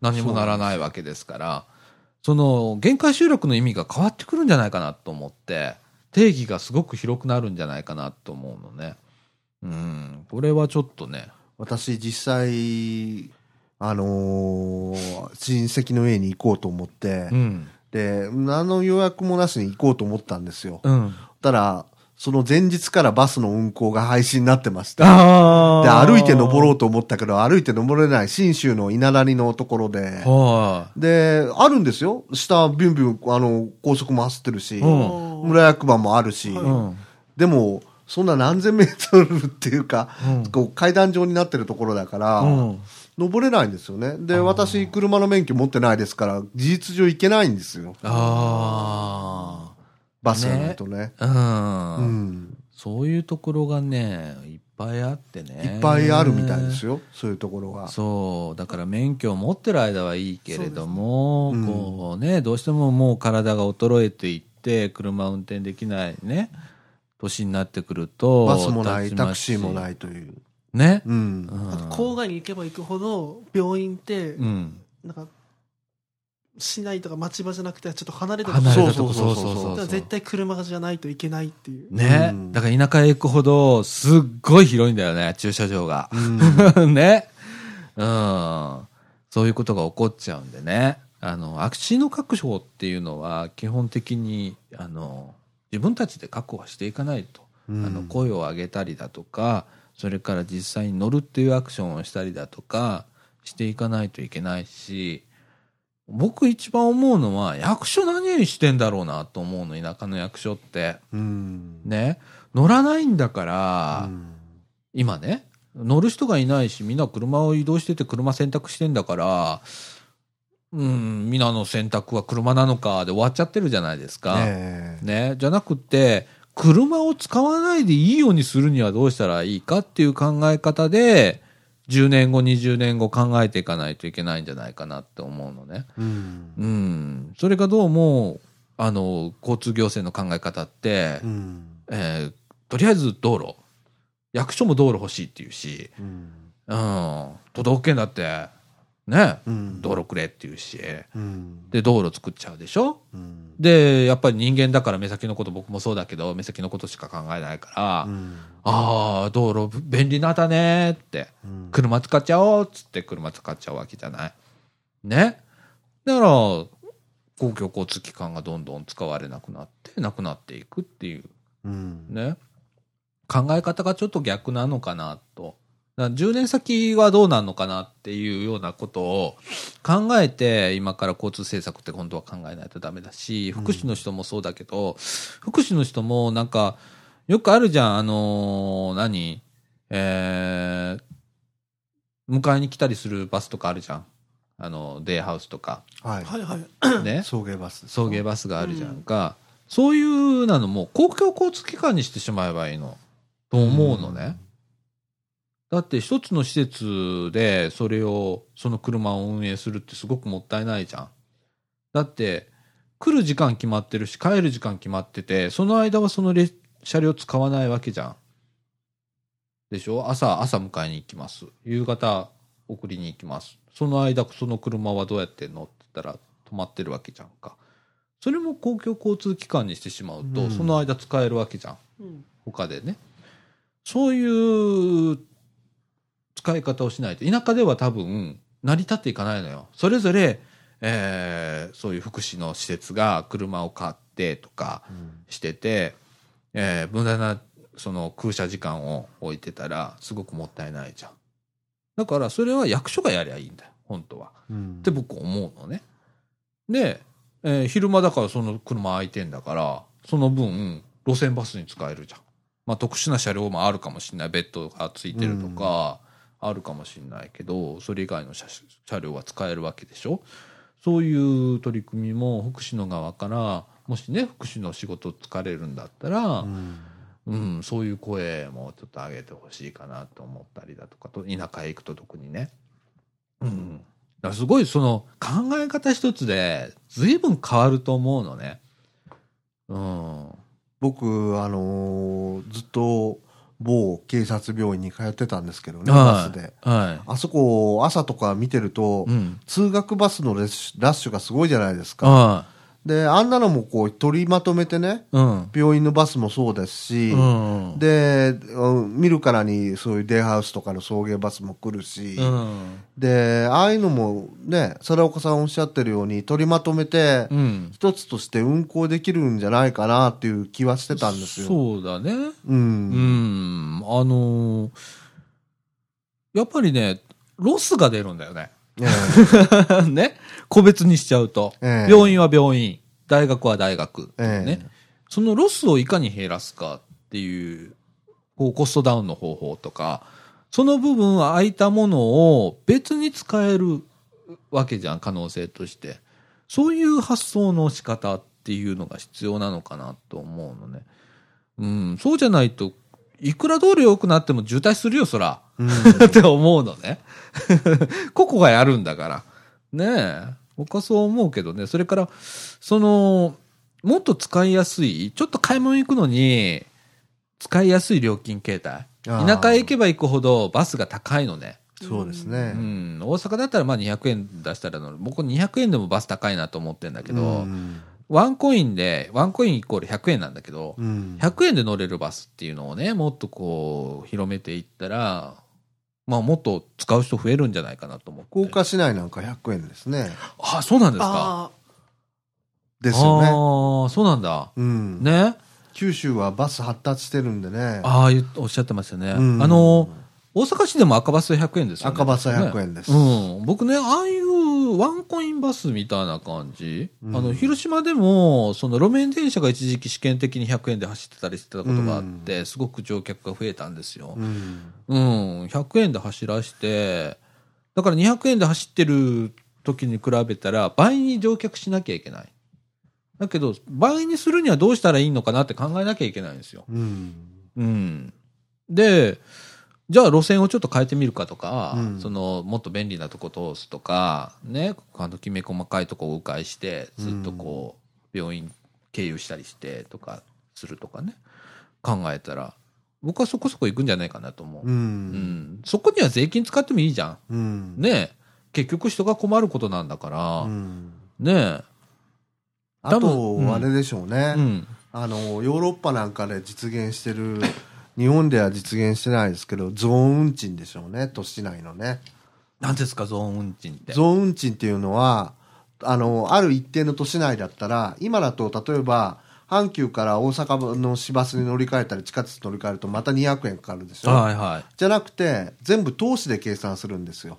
何もならないわけですから、その限界集落の意味が変わってくるんじゃないかなと思って、定義がすごく広くなるんじゃないかなと思うのね。うん、これはちょっとね、
私実際あのー親戚の家に行こうと思って、
うん、
で何の予約もなしに行こうと思ったんですよ。
うん。
たらその前日からバスの運行が廃止になってました。
あ
で、歩いて登ろ
う
うと思ったけど、歩いて登れない、信州の稲荷のところで、
は
で、あるんですよ。下、ビュンビュン、あの、高速も走ってるし、
うん
村役場もあるし、
い。
う
うん。
でも、そんな何千メートルっていうか、
うん
こう階段状になってるところだから、
うん。
登れないんですよね。で、私、車の免許持ってないですから、事実上行けないんですよ。
あ
バスがないとね。
あ。
う
うん。
ん。
そういうところがね、いっぱいあってね。
いっぱいあるみたいですよ、そういうところが。
そう。だから免許を持ってる間はいいけれども、
そうですねうん
こうね、どうしてももう体が衰えていって、車を運転できないね、年になってくると。
バスもない、タクシーも
い。
ないという。
ね。
うん。
あと郊外に行けば行くほど病院って
うん。
なんか市内とか町場じゃなくてちょっと離れたとこ
離れ
だ
たとこ、そう
そそ
う
うそうそ
そううそうそ
から
う。
絶対車じゃないといけないっていう、
ね、
うん
だから田舎へ行くほど、すっごい広いんだよね、駐車場が。
う
<laughs>
ん
ね。うん。そういうことが起こっちゃうんでね。あの、空き地の確保っていうのは、基本的に、あの、自分たちで確保はしていかないと。あの、声を上げたりだとか、それから実際に乗るっていうアクションをしたりだとか、していかないといけないし、僕一番思うのは、役所何してんだろうなと思うの、田舎の役所って。
うん。
ね。乗らないんだか
う
ら、
ん
今ね乗る人がいないしみんな車を移動してて車選択してんだからうんみんなの選択は車なのかで終わっちゃってるじゃないですか、ね
ねえ
じゃなくて車を使わないでいいようにするにはどうしたらいいかっていう考え方で10年後20年後考えていかないといけないんじゃないかなって思うのね。
うん
うん、それがどうもあの交通行政の考え方って、
うん
えーとりあえず道路役所も道路欲しいっていうし、
うん
うん、都道府県だってね
うん
道路くれっていうし
うん
で道路作っちゃうでしょ
うん
でやっぱり人間だから目先のこと僕もそうだけど目先のことしか考えないから、
うん
ああ道路便利なんだねって
うん
車使っちゃおうっつって車使っちゃうわけじゃないねだから公共交通機関がどんどん使われなくなってなくなっていくっていう
うん
ね、考え方がちょっと逆なのかなと。だから10年先はどうなるのかなっていうようなことを <sniffs> 考えて、今から交通政策って今度は考えないとダメだし、福祉の人もそうだけど、福祉の人もなんか、よくあるじゃん、あのー何えー迎えに来たりするバスとかあるじゃん。あの、デイハウスとか。
はい。
はいはい。
ね。
送迎バス。
送迎バスがあるじゃんか。そういうなのも公共交通機関にしてしまえばいいの。と思うのね。だって一つの施設でそれを、その車を運営するってすごくもったいないじゃん。だって、来る時間決まってるし、帰る時間決まってて、その間はその列車両使わないわけじゃん。でしょ朝、朝迎えに行きます。夕方送りに行きます。その間、その車はどうやってんのって言ったら止まってるわけじゃんか。それも公共交通機関にしてしまうと、
うん
その間使えるわけじゃん。
うん。
他でね。そういう使い方をしないと、田舎では多分成り立っていかないのよ。それぞれ、えーそういう福祉の施設が車を買ってとか
うん
してて、えー無駄なその空車時間を置いてたらすごくもったいないじゃん。だからそれは役所がやりゃいいんだよ、本当は。
うん
って僕思うのね。で、えー昼間だからその車空いてんだから、その分、路線バスに使えるじゃん。まあ特殊な車両もあるかもしんない。ベッドがついてるとか、あるかもしんないけど、それ以外の車種車両は使えるわけでしょそういう取り組みも福祉の側から、もしね、福祉の仕事疲れるんだったら、
うん
うん、そういう声もちょっと上げてほしいかなと思ったりだとかと田舎へ行くと特にね。うん、だからすごいその考え方一つで随分変わると思うのね。うん、
僕、あのーずっと某警察病院に通ってたんですけどね、
はい
バスで。
は
あそこ、朝とか見てると
い。う、ん、
通学バスのレッシュラッシュがすごいじゃないですか。
は
で、あんなのもこう取りまとめてね、
い。うん、
病院のバスもそうですし、
うん、
で、うん見るからにそういうデイハウスとかの送迎バスも来るし、
うん、
で、ああいうのもね、貞岡さんおっしゃってるように取りまとめて、
うん、
一つとして運行できるんじゃないかなっていう気はしてたんですよ。
そうだね。
う。
うんん、あのーやっぱりね、ロスが出るんだよ
<laughs>
ね。
ええ
ね、個別にしちゃうと。 <laughs>
ええ
病院は病院、大学は大学、
ええ
ね。そのロスをいかに減らすかっていう、こうコストダウンの方法とか、その部分空いたものを別に使えるわけじゃん、可能性として。そういう発想の仕方っていうのが必要なのかなと思うのね。うん、そうじゃないと、いくら道路良くなっても渋滞するよ、そら。
うん
って思うのね。 <laughs> 個々がやるんだから。ねえ。僕はそう思うけどね。それから、その、もっと使いやすい、ちょっと買い物行くのに、使いやすい料金形態。
あ
<laughs>
ー
田舎へ行けば行くほどバスが高いのね。
そうです
う
ね。
ん。大阪だったらまあ200円出したらの、僕200円でもバス高いなと思ってんだけど、
うん
ワンコインで、ワンコインイコール100円なんだけど、
うん
100円で乗れるバスっていうのをね、もっとこう、広めていったら、まあ、もっと使う人増えるんじゃないかなと思って。
福岡市内なんか100円ですね。
あ、そうなんですか。
あ
ですよね。
ああ、そうなんだ。
うん、
ね。
九州はバス発達してるんでね。
ああ、言うおっしゃってましたね。
うん
あの、大阪市でも赤バス100円ですよね。
赤バスは100円です。
ねうん。僕ね、ああいうワンコインバスみたいな感じ。
うん
あの、広島でも、その路面電車が一時期試験的に100円で走ってたりしてたことがあって、すごく乗客が増えたんですよ。
うん
うん、100円で走らして、だから200円で走ってる時に比べたら、倍に乗客しなきゃいけない。だけど、倍にするにはどうしたらいいのかなって考えなきゃいけないんですよ。
うん
うん。で、じゃあ路線をちょっと変えてみるかとか、
うん
その、もっと便利なとこ通すとか、ね、あの、きめ細かいとこを迂回して、ずっとこう、病院経由したりしてとか、するとかね、考えたら、僕はそこそこ行くんじゃないかなと思う。う
う
んん、そこには税金使ってもいいじゃん。
うん
ねえ結局人が困ることなんだから、
うん
ね
あ
多
と
分うん
あれでしょうね
え、、うん、
あのヨーロッパなんかで実現してる <laughs> 日本では実現してないですけどゾーン運賃でしょうね都市内のね
何ですかゾーン運賃って。
ゾーン運賃っていうのはあのある一定の都市内だったら今だと例えば阪急から大阪の市バスに乗り換えたり地下鉄に乗り換えるとまた200円かかるでしょ
はいはい。
じゃなくて全部投資で計算するんですよ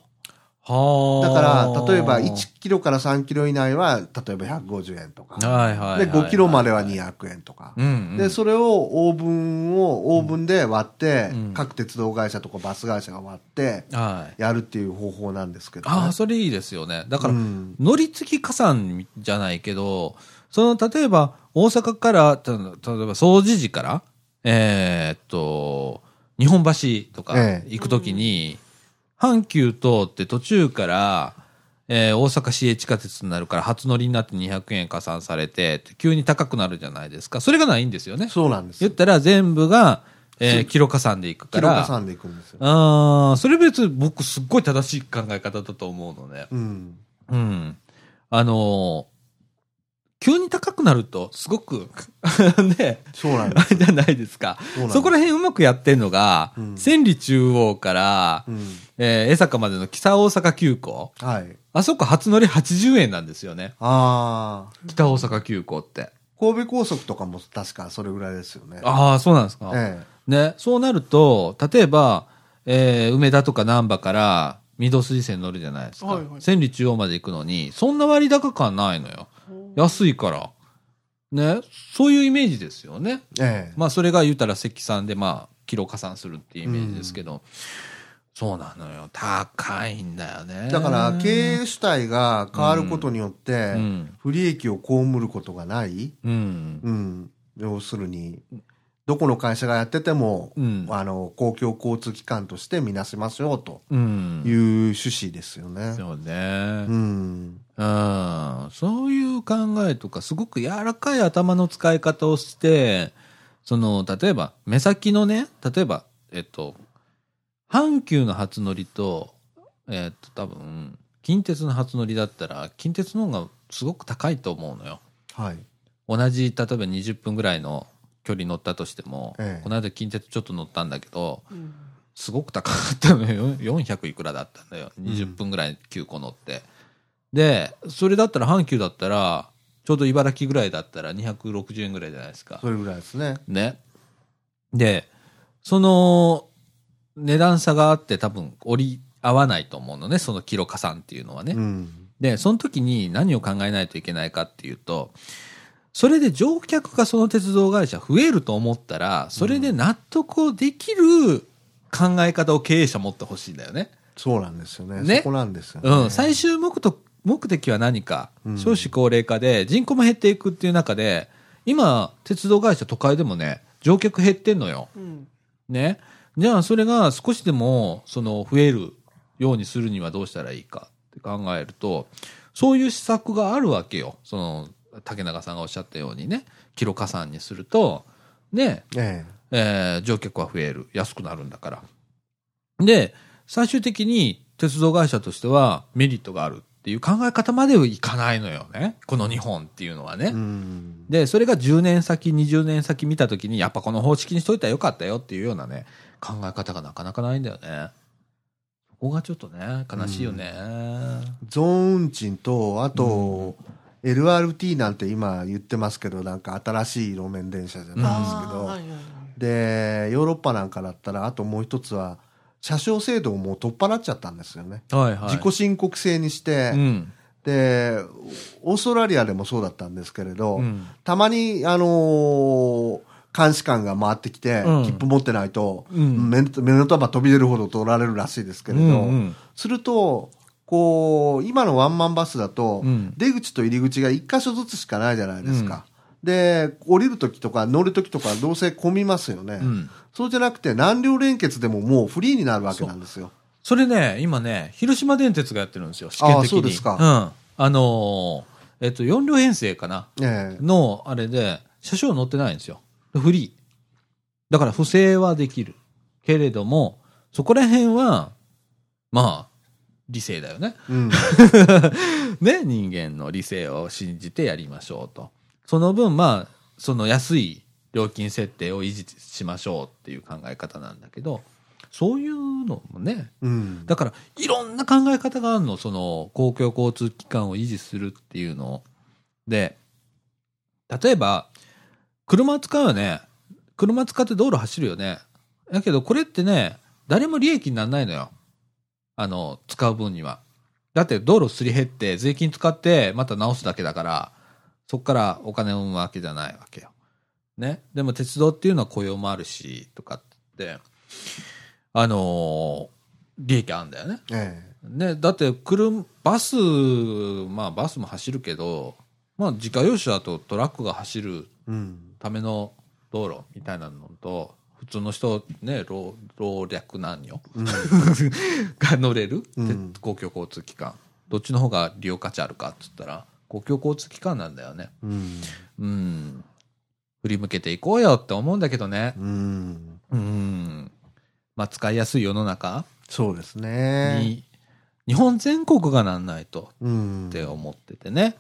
はあ
だから、例えば1キロから3キロ以内は、例えば150円とか。
はいはいはいはい
で、5キロまでは200円とか。
うんうん
で、それをオーブンを、オーブンで割って、
うん
各鉄道会社とかバス会社が割って、
はい
やるっていう方法なんですけど、ね。
ああ、それいいですよね。だから、
うん
乗り継ぎ加算じゃないけど、その、例えば、大阪から、た例えば、総除寺から、えーっと、日本橋とか
ええ
行くときに、阪急通って途中から、えー大阪市営地下鉄になるから、初乗りになって200円加算されて、急に高くなるじゃないですか。それがないんですよね。
そうなんです
言
よ
っ。たら、全部が、えーキロ加算でいくか
キロ
ら、
加算でいくんですよ。
ああ、それ別に僕すっごい正しい考え方だと思うのね。
うん。
うん。あのー急に高くなると、すごく、 <laughs> ね、
そうなんで
あ <laughs>
す。
れじゃないですか。
そうなん
そ
です
こら辺うまくやってんのが、
うん
千里中央から、
うん。
えー江坂までの北大阪急行。
はい。
あそこ初乗り80円なんですよね。
ああ。
北大阪急行って。
神戸高速とかも確かそれぐらいですよね。
ああ、そうなんですか。
え
ね、そうなると、例えば、えー梅田とか難波から御堂筋線乗るじゃないですか、
はいはい
千里中央まで行くのに、そんな割高感ないのよ。安いから。ね、そういうイメージですよね。
え。ええ。
まあ、それが言うたら積算で、まあ、キロ加算するっていうイメージですけど、そうなのよ。高いんだよね。
だから経営主体が変わることによって
うん
不利益を被ることがない、
うん。
うん、要するにどこの会社がやってても、
うん
あの公共交通機関として見なしましょうと
うん。
いう趣旨ですよね。
そうね。
うん、
うんそういう考えとか、すごく柔らかい頭の使い方をして、その、例えば、目先のね、例えば、えっと、阪急の初乗りと、えっと、多分、近鉄の初乗りだったら、近鉄の方がすごく高いと思うのよ。
はい、
同じ、例えば20分ぐらいの距離乗ったとしても、
ええ
この間近鉄ちょっと乗ったんだけど、
うん
すごく高かったのよ。400いくら <laughs> だったんだよ。20分ぐらい9個乗って。で、それだったら、阪急だったら、ちょうど茨城ぐらいだったら260円ぐらいじゃないですか
そ。れぐらいですね。
ね。で、その、値段差があって多分折り合わないと思うのね。そのキロ加算っていうのはね。
うん、
で、その時に何を考えないといけないかっていうと、それで乗客がその鉄道会社増えると思ったら、それで納得できる考え方を経営者持ってほしいんだよね。
そうなんですよね。
ね
そこなんですよね。
うん。最終目と目的は何か、
うん
少子高齢化で人口も減っていくっていう中で、今、鉄道会社都会でもね、乗客減ってんのよ。
うん
ね。じゃあ、それが少しでも、その、増えるようにするにはどうしたらいいかって考えると、そういう施策があるわけよ。その、竹中さんがおっしゃったようにね、キロ加算にすると、ね、
え
えー乗客は増える。安くなるんだから。で、最終的に鉄道会社としてはメリットがあるっていう考え方まではいかないのよね。この日本っていうのはね。
え。うん、
で、それが10年先、20年先見たときに、やっぱこの方式にしといたらよかったよっていうようなね、考え方がなかなかないんだよね。そこがちょっとね、悲しいよね。
ゾーン運賃とあと、LRT なんて今言ってますけどなんか新しい路面電車じゃないですけど、
あーはいはいはい
でヨーロッパなんかだったらあともう一つは車掌制度をもう取っ払っちゃったんですよね、
はいはい。
自己申告制にして、
うん。
でオーストラリアでもそうだったんですけれど、
うん
たまにあのー監視官が回ってきて、
うん
切符持ってないと、
うん
目の目の束飛び出るほど取られるらしいですけれど、
うんうん
するとこう今のワンマンバスだと、
うん
出口と入り口が1箇所ずつしかないじゃないですか、で降りるときとか乗るときとかどうせ混みますよね、
うん。
そうじゃなくて何両連結でももうフリーになるわけなんですよ
それね、今ね、広島電鉄がやってるんですよ、試験的に。
あーそうですか
うん。あのーえっと、4両編成かな
ええ
の、あれで、車掌乗ってないんですよ。フリー。だから、不正はできる。けれども、そこら辺は、まあ、理性だよね。
うん、
ね、人間の理性を信じてやりましょうと。その分、まあ、その安い料金設定を維持しましょうっていう考え方なんだけど、そういうのもね、
うん、
だから、いろんな考え方があるの、その、公共交通機関を維持するっていうの。で、例えば、車使うよね。車使って道路走るよね。だけど、これってね、誰も利益にならないのよ。あの、使う分には。だって道路すり減って、税金使って、また直すだけだから、そこからお金を生むわけじゃないわけよ。ね。でも鉄道っていうのは雇用もあるし、とかって、あのー利益あんだよね。
ええ
ね、だって車バスまあバスも走るけど、まあ、自家用車だとトラックが走る
うん。
ための道路みたいなのと普通の人ね老老若男女、が乗れる、で
うん
公共交通機関どっちの方が利用価値あるかっつったら公共交通機関なんだよね
うん。
うん振り向けていこうよって思うんだけどね
うん。
うんまあ使いやすい世の中
そうです
に、
ね。
日本全国がなんないと
うん
って思っててね。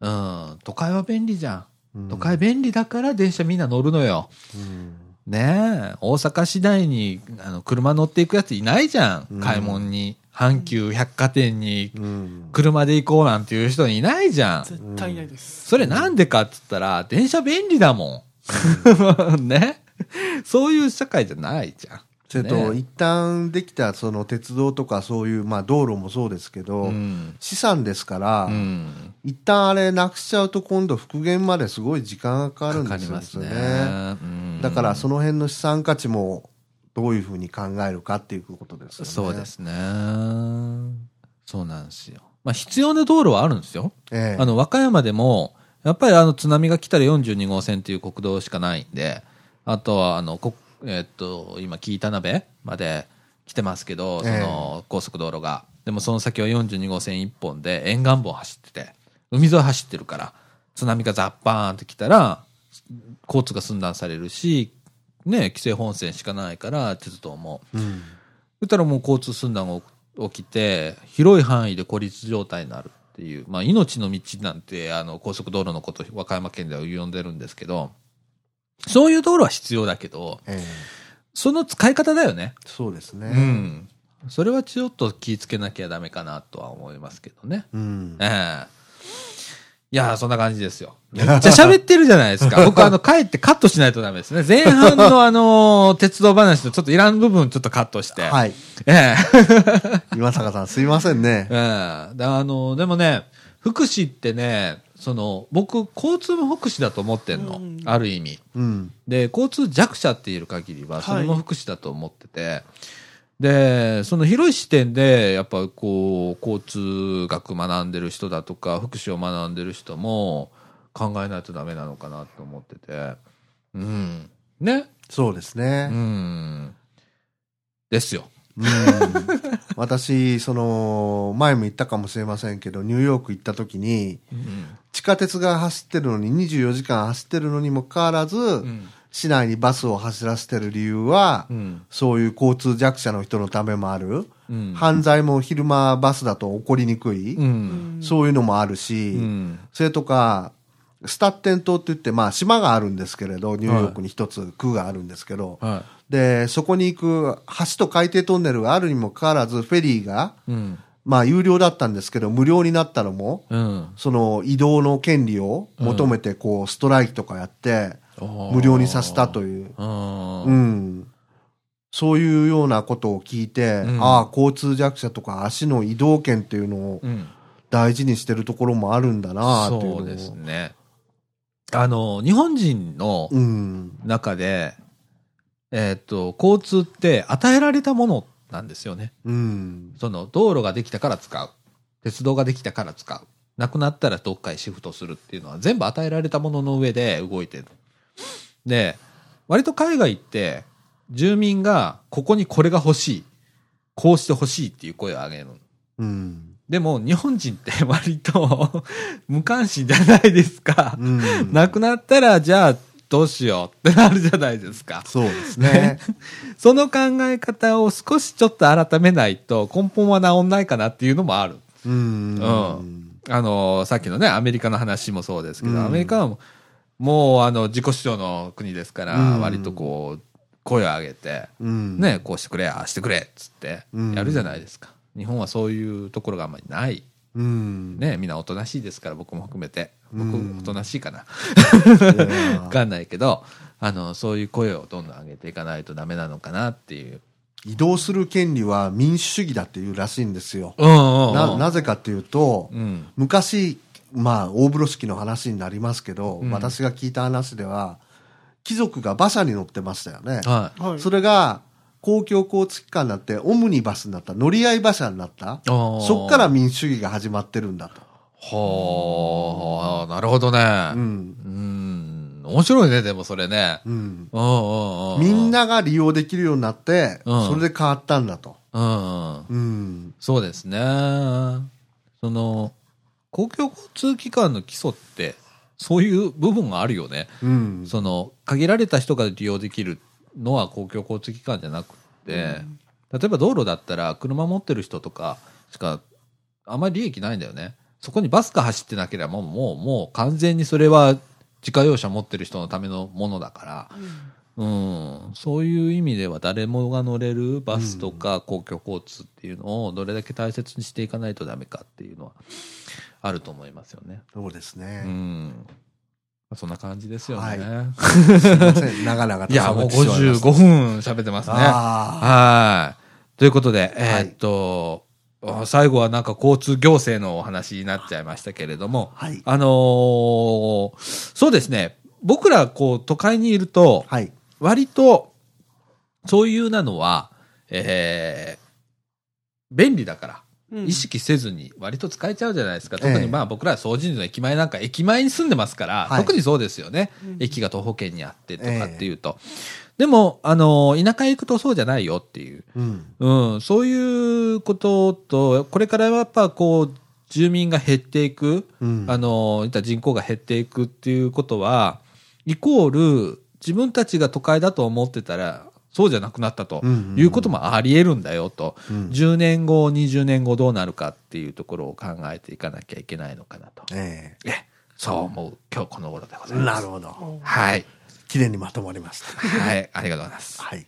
うん、都会は便利じゃ
うん
ん。都会便利だから電車みんな乗るのよ。
うん
ねえ、大阪市内にあの車乗っていくやついないじゃ
うん
ん。買い物に、阪急百貨店に
うん。
車で行こうなんていう人いないじゃん。
絶対ないです。
それなんでかっつったら、電車便利だもん。 <laughs> ね。そういう社会じゃないじゃん。
それと、
ね
一旦できたその鉄道とかそういう、まあ道路もそうですけど、
うん。
資産ですから、
うん。
一旦あれなくしちゃうと今度復元まですごい時間がかか
か
るん
か
で
り
す
ます
よ
ね
ね。。
うん
だからその辺の資産価値もどういうふうに考えるかっていうことですよね。
そうで。すね。そうなんですよ。まあ、必要な道路はあるんですよ。
ええ。
あの、和歌山でも、やっぱりあの津波が来たら42号線っていう国道しかないんで、あとはあの、こえっと、今、紀伊田辺まで来てますけど、そ
ええ
の高速道路が。でもその先は42号線1本で沿岸部を走ってて、海沿い走ってるから、津波がザッパーンって来たら、交通が寸断されるし、ね、規制本線しかないから、鉄道も。
うん。
そしたらもう交通寸断が起きて、広い範囲で孤立状態になるっていう、まあ、命の道なんて、あの、高速道路のこと、和歌山県では呼んでるんですけど、そういう道路は必要だけど、
ええ。
その使い方だよね。
そうです
う
ね。
ん。それはちょっと気ぃつけなきゃダメかなとは思いますけどね。
うん。
ええいやー、そんな感じですよ。めっ
<laughs>
ちゃ喋ってるじゃないですか。僕、あの、帰ってカットしないとダメですね。前半のあのー鉄道話のちょっといらん部分ちょっとカットして。
はい。
ええ
岩坂さんすいませ
<laughs>
んね。
ええであの、でもね、福祉ってね、その、僕、交通も福祉だと思ってんの。
うん
ある意味。
うん。
で、交通弱者っている限りは、
い
それも福祉だと思ってて、で、その広い視点で、やっぱこう、交通学学んでる人だとか、福祉を学んでる人も考えないとダメなのかなと思ってて、うん。ね。
そうです
う
ね。
ん。ですよ。
うん。私、その、前も言ったかもしれませんけど、ニューヨーク行った時に、
うん。
地下鉄が走ってるのに、24時間走ってるのにもかかわらず、
うん。
市内にバスを走らせてる理由は、
うん。
そういう交通弱者の人のためもある。
うん。
犯罪も昼間バスだと起こりにくい。
うん。
そういうのもあるし、
うん。
それとか、スタッテン島って言って、まあ島があるんですけれど、ニューヨークに一つ区があるんですけど、
は
で、そこに行く橋と海底トンネルがあるにもかかわらず、フェリーが、
い。うん。
まあ有料だったんですけど、無料になったのも、
うん。
その移動の権利を求めて、こう、ストライキとかやって、無
無
料にさせたという、う。
うん
そういうようなことを聞いて、
うん
ああ、交通弱者とか足の移動権っていうのを
ん。
大事にしてるところもあるんだなっていうのを
そうですね。あの、日本人の
うん。
中で、えっと、交通って与えられたものなんですよね。
うん。
その、道路ができたから使う。鉄道ができたから使う。なくなったらどっかへシフトするっていうのは全部与えられたものの上で動いてる。で、割と海外って、住民がここにこれが欲しい。こうして欲しいっていう声を上げる。
うん。
でも日本人って割と <laughs> 無関心じゃないですか。
うん。
なくなったらじゃあどうしようってなるじゃないですか。
そうですね。
その考え方を少しちょっと改めないと根本は治んないかなっていうのもある。
うん。
うんあの、さっきのね、アメリカの話もそうですけど、
うん
アメリカはもうもうあの自己主張の国ですから、
うん
割とこう声を上げて、
うん。
ね、こうしてくれ、ああしてくれっつって
うん
やるじゃないですか。日本はそういうところがあんまりない。
うん。
ね、みんなおとなしいですから、僕も含めて。
う
僕、
ん
おとなしいかな。
いや
わ
ー。
かんないけど、あの、そういう声をどんどん上げていかないとダメなのかなっていう。
移動する権利は民主主義だっていうらしいんですよ。
うんうんうん
ななぜかっていうと、
うん
昔、まあ、大風呂敷の話になりますけど、
うん
私が聞いた話では、貴族が馬車に乗ってましたよね。
はい
はい。
それが、公共交通機関になって、オムニバスになった、乗り合い馬車になった。そ
そ
っから民主主義が始まってるんだと。
はあなるほどね
う
うんん
ん。
面白いねでもそれね
うん。
うんうんうん
みんなが利用できるようになって、
うん
それで変わったんだと。
うんうん
うん。
そうですねその公共交通機関の基礎ってそういう部分があるよね
うん。
その限られた人が利用できるのは公共交通機関じゃなくって、例えば道路だったら車持ってる人とかしかあまり利益ないんだよねそこにバスが走ってなければもうもうもう完全にそれは自家用車持ってる人のためのものだから、うん、そういう意味では誰もが乗れるバスとか公共交通っていうのをどれだけ大切にしていかないとダメかっていうのはあると思いますよね。
そうです
う
ね。
んそんな感じですよね。
はいすいません。長々と
いや、もう55
分
分喋ってますね。は
あ
い。ということで、え
はい
ーっと、あ最後はなんか交通行政のお話になっちゃいましたけれども、
あ。はい。
あのーそうですね、僕らこう都会にいると、
はい。
割と、そういうなのは、えー便利だから、
うん
意識せずに割と使えちゃうじゃないですか。特
ええ
にまあ僕ら掃除時の駅前なんか駅前に住んでますから、
はい
特にそうですよね。
うん
駅が徒歩圏にあってとかっていうと。でも、あの、田舎へ行くとそうじゃないよっていう。
うん。
うん、そういうことと、これからはやっぱこう、住民が減っていく、
うん
あの、いったら人口が減っていくっていうことは、イコール、自分たちが都会だと思ってたら、そうじゃなくなったと
うんうんうん
いうこともあり得るんだよと、
うん
10年後、20年後どうなるかっていうところを考えていかなきゃいけないのかなと。
え
ええそう思う今日この頃でご
え
ざいま
な
す。
るほど。
はい。
綺麗にまとまりました。
はい、ありがとうございます。
はい。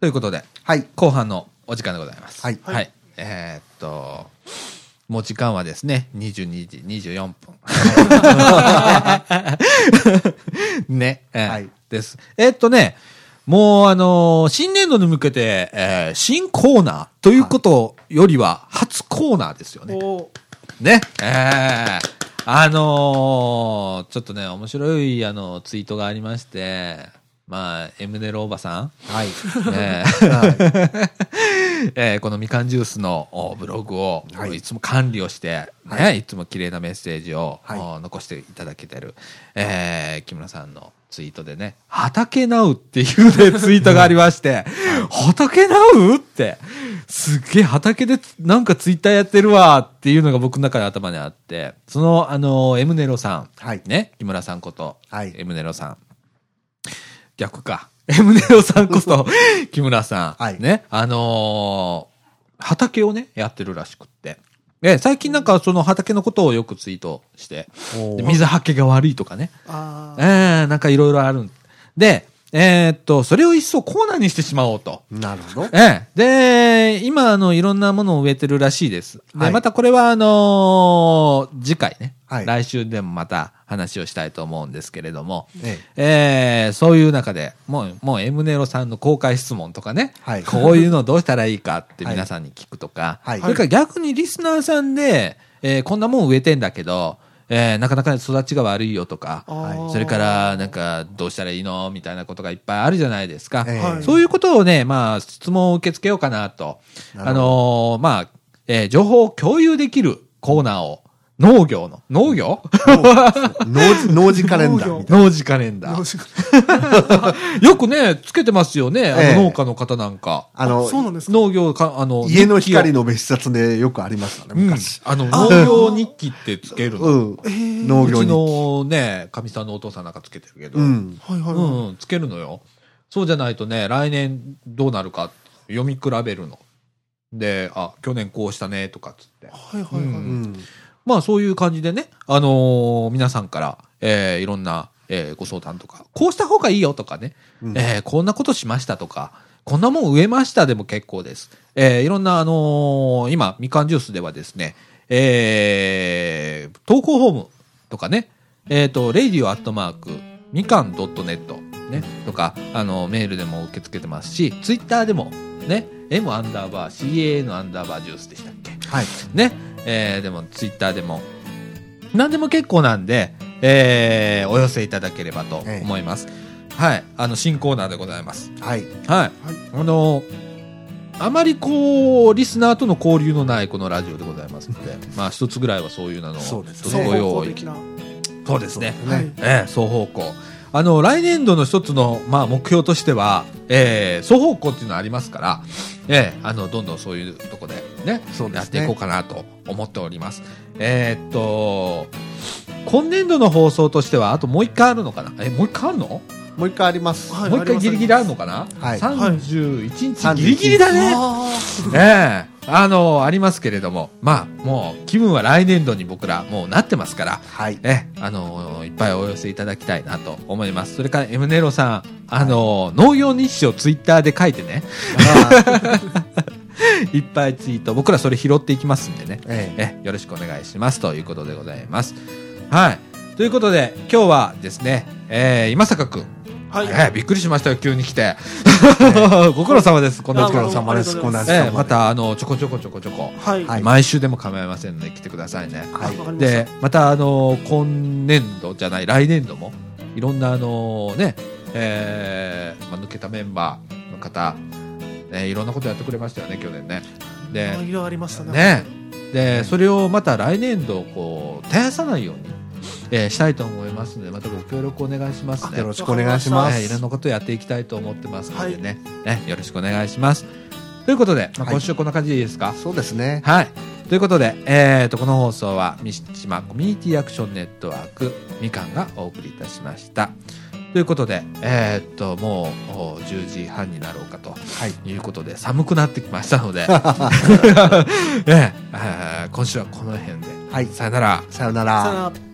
ということで、
はい。
後半のお時間でございます。
はい
はい。えーっと、もう時間はですね、22時24分。 <laughs> ね、えー
はい
です。えーっとね、もうあのー新年度に向けて、えー新コーナーということよりは、初コーナーですよね。
お
ね。えーあのーちょっとね、面白い、あの、ツイートがありまして、まあ、エムネロおばさん
はい。 <laughs>
ええ <laughs> えーこのみかんジュースのおブログを、
はい
い、つも管理をして、ねい、つも綺麗なメッセージを、
はい
お残していただけてる、えー木村さんのツイートでね「畑なう」っていう、ね、ツイートがありま
<laughs>
して「畑なう?」ってすっげえ畑でなんかツイッターやってるわっていうのが僕の中で頭にあってそのあのエムネロさん、
はい
ね木村さんこと、
はい
エムネロさん逆か。 <laughs> エムネロさんこそ、木村さん。
はい
ね。あのー畑をね、やってるらしくって。で、最近なんかその畑のことをよくツイートして、
おー
で水はけが悪いとかね。
あ
えー、なんかいろいろあるん。で、えーっと、それを一層コーナーにしてしまおうと。
なるほど。
ええ。で、今、あの、いろんなものを植えてるらしいです。で、
はい
またこれは、あのー次回ね、
はい
来週でもまた話をしたいと思うんですけれども、
え
えーそういう中で、もう、もう、エムネロさんの公開質問とかね、
はい
こういうのどうしたらいいかって皆さんに聞くとか、
はい
それから逆にリスナーさんで、えーこんなもん植えてんだけど、えーなかなか育ちが悪いよとか、
あ。あー
それか、ら、なんか、どうしたらいいのみたいなことがいっぱいあるじゃないですか。
ええ
はい
そういうことをね、まあ、質問を受け付けようかなと。
なるほど
あのーまあ、えー情報を共有できるコーナーを、農業の。農
<laughs>
業
農農事カレンダーみたい
農事カレンダ
よ
ー。
し
よくね、つけてますよね。
え
あ
え
の農家の方なんか。
な。あの、
そうなんですか
農業か、あの、
家の
日記を
光の別冊でよくありましたね、
うん
昔。。
あの、農業日記ってつける
う
の。
ん。農
う
業
ち
に。
のね、かみさんのお父さんなんかつけてるけど。
う
うん
ん。
はいはい、はい
うん、つけるのよ。そうじゃないとね、来年どうなるか読み比べるの。で、あ、去年こうしたね、とかっつって。
はいはいはい、
う
うんん。
まあそういう感じでね、あのー皆さんから、えーいろんな、えーご相談とか、こうした方がいいよとかね、
うん
えーこんなことしましたとか、こんなもん植えましたでも結構です。えーいろんな、あのー今、みかんジュースではですね、えー投稿フォームとかね、えっ、と、radio@ みかん .net、ね、とか、あの、メールでも受け付けてますし、ツイッターでも、ね、m アンダーバー can アンダーバージュースでしたっけ
はい。
ね、えーでもツイッターでも何でも結構なんで、えーお寄せいただければと思います、はいあの新コーナーでございます
はい。
はい、あのあまりこうリスナーとの交流のないこのラジオでございますのでまあ一つぐらいはそういうなのを
そうです
ちょっと
ね
ご
双
用
方
意
的な
そうですね
そう
はい。
ええ双方向あの来年度の一つの、まあ、目標としては、ええ双方向っていうのはありますから、ええあのどんどんそういうとこで,、ね
そうですね
やっていこうかなと思っておりますえーっと今年度の放送としてはあともう一回あるのかなえもう一回あるの、
もう一回あります。
はい
もう一
あり
回
ます
ギリギリあるのかな、
はい
31日
はい
ギリギリだね、
あ
ええあのありますけれどもまあもう気分は来年度に僕らもうなってますから
はい。
え、あのーいっぱいお寄せいただきたいなと思います。それから、エムネロさん、あのー農業日誌をツイッターで書いてね、いっぱいツイート、僕らそれ拾っていきますんでね、
<laughs> ええ。
え、よろしくお願いしますということでございます。はい。ということで、今日はですね、えー今坂くん、
あはい、
えーびっくりしましたよ、急に来て。 <laughs> ご苦労様です、こん
お
な
あ
時
疲
間。
れ様です。
あ
こ
り
んな
が
時
え
間
ーま。た、あの、ちょこちょこちょこちょこ、
はい
はい
毎週でも構いませんので、来てくださいね。
はい
わかりました
でまたあの今年度じゃない来年度もいろんなあのねえーまあ、抜けたメンバーの方、えーいろんなことやってくれましたよね去年ねで
いろいろありましたね
ねでそれをまた来年度こう絶やさないように、えーしたいと思いますのでまたご協力お願いしますね
よろしくお願いしま
えーいろん
す。
なことやっていきたいと思ってますのでね,、ねよろしくお願いしますということで、まあ、
はい
今週こんな感じでいいですか、
そうですね。
はい。ということで、えー、とこの放送は三島コミュニティアクションネットワークみかんがお送りいたしました。ということで、えー、ともうお10時半になろうかと
はい。
いうことで寒くなってきました
<laughs>
ので、 <laughs> えええー今週はこの辺で
はい。
さよなら。
さよな
さ
ら
よ。なら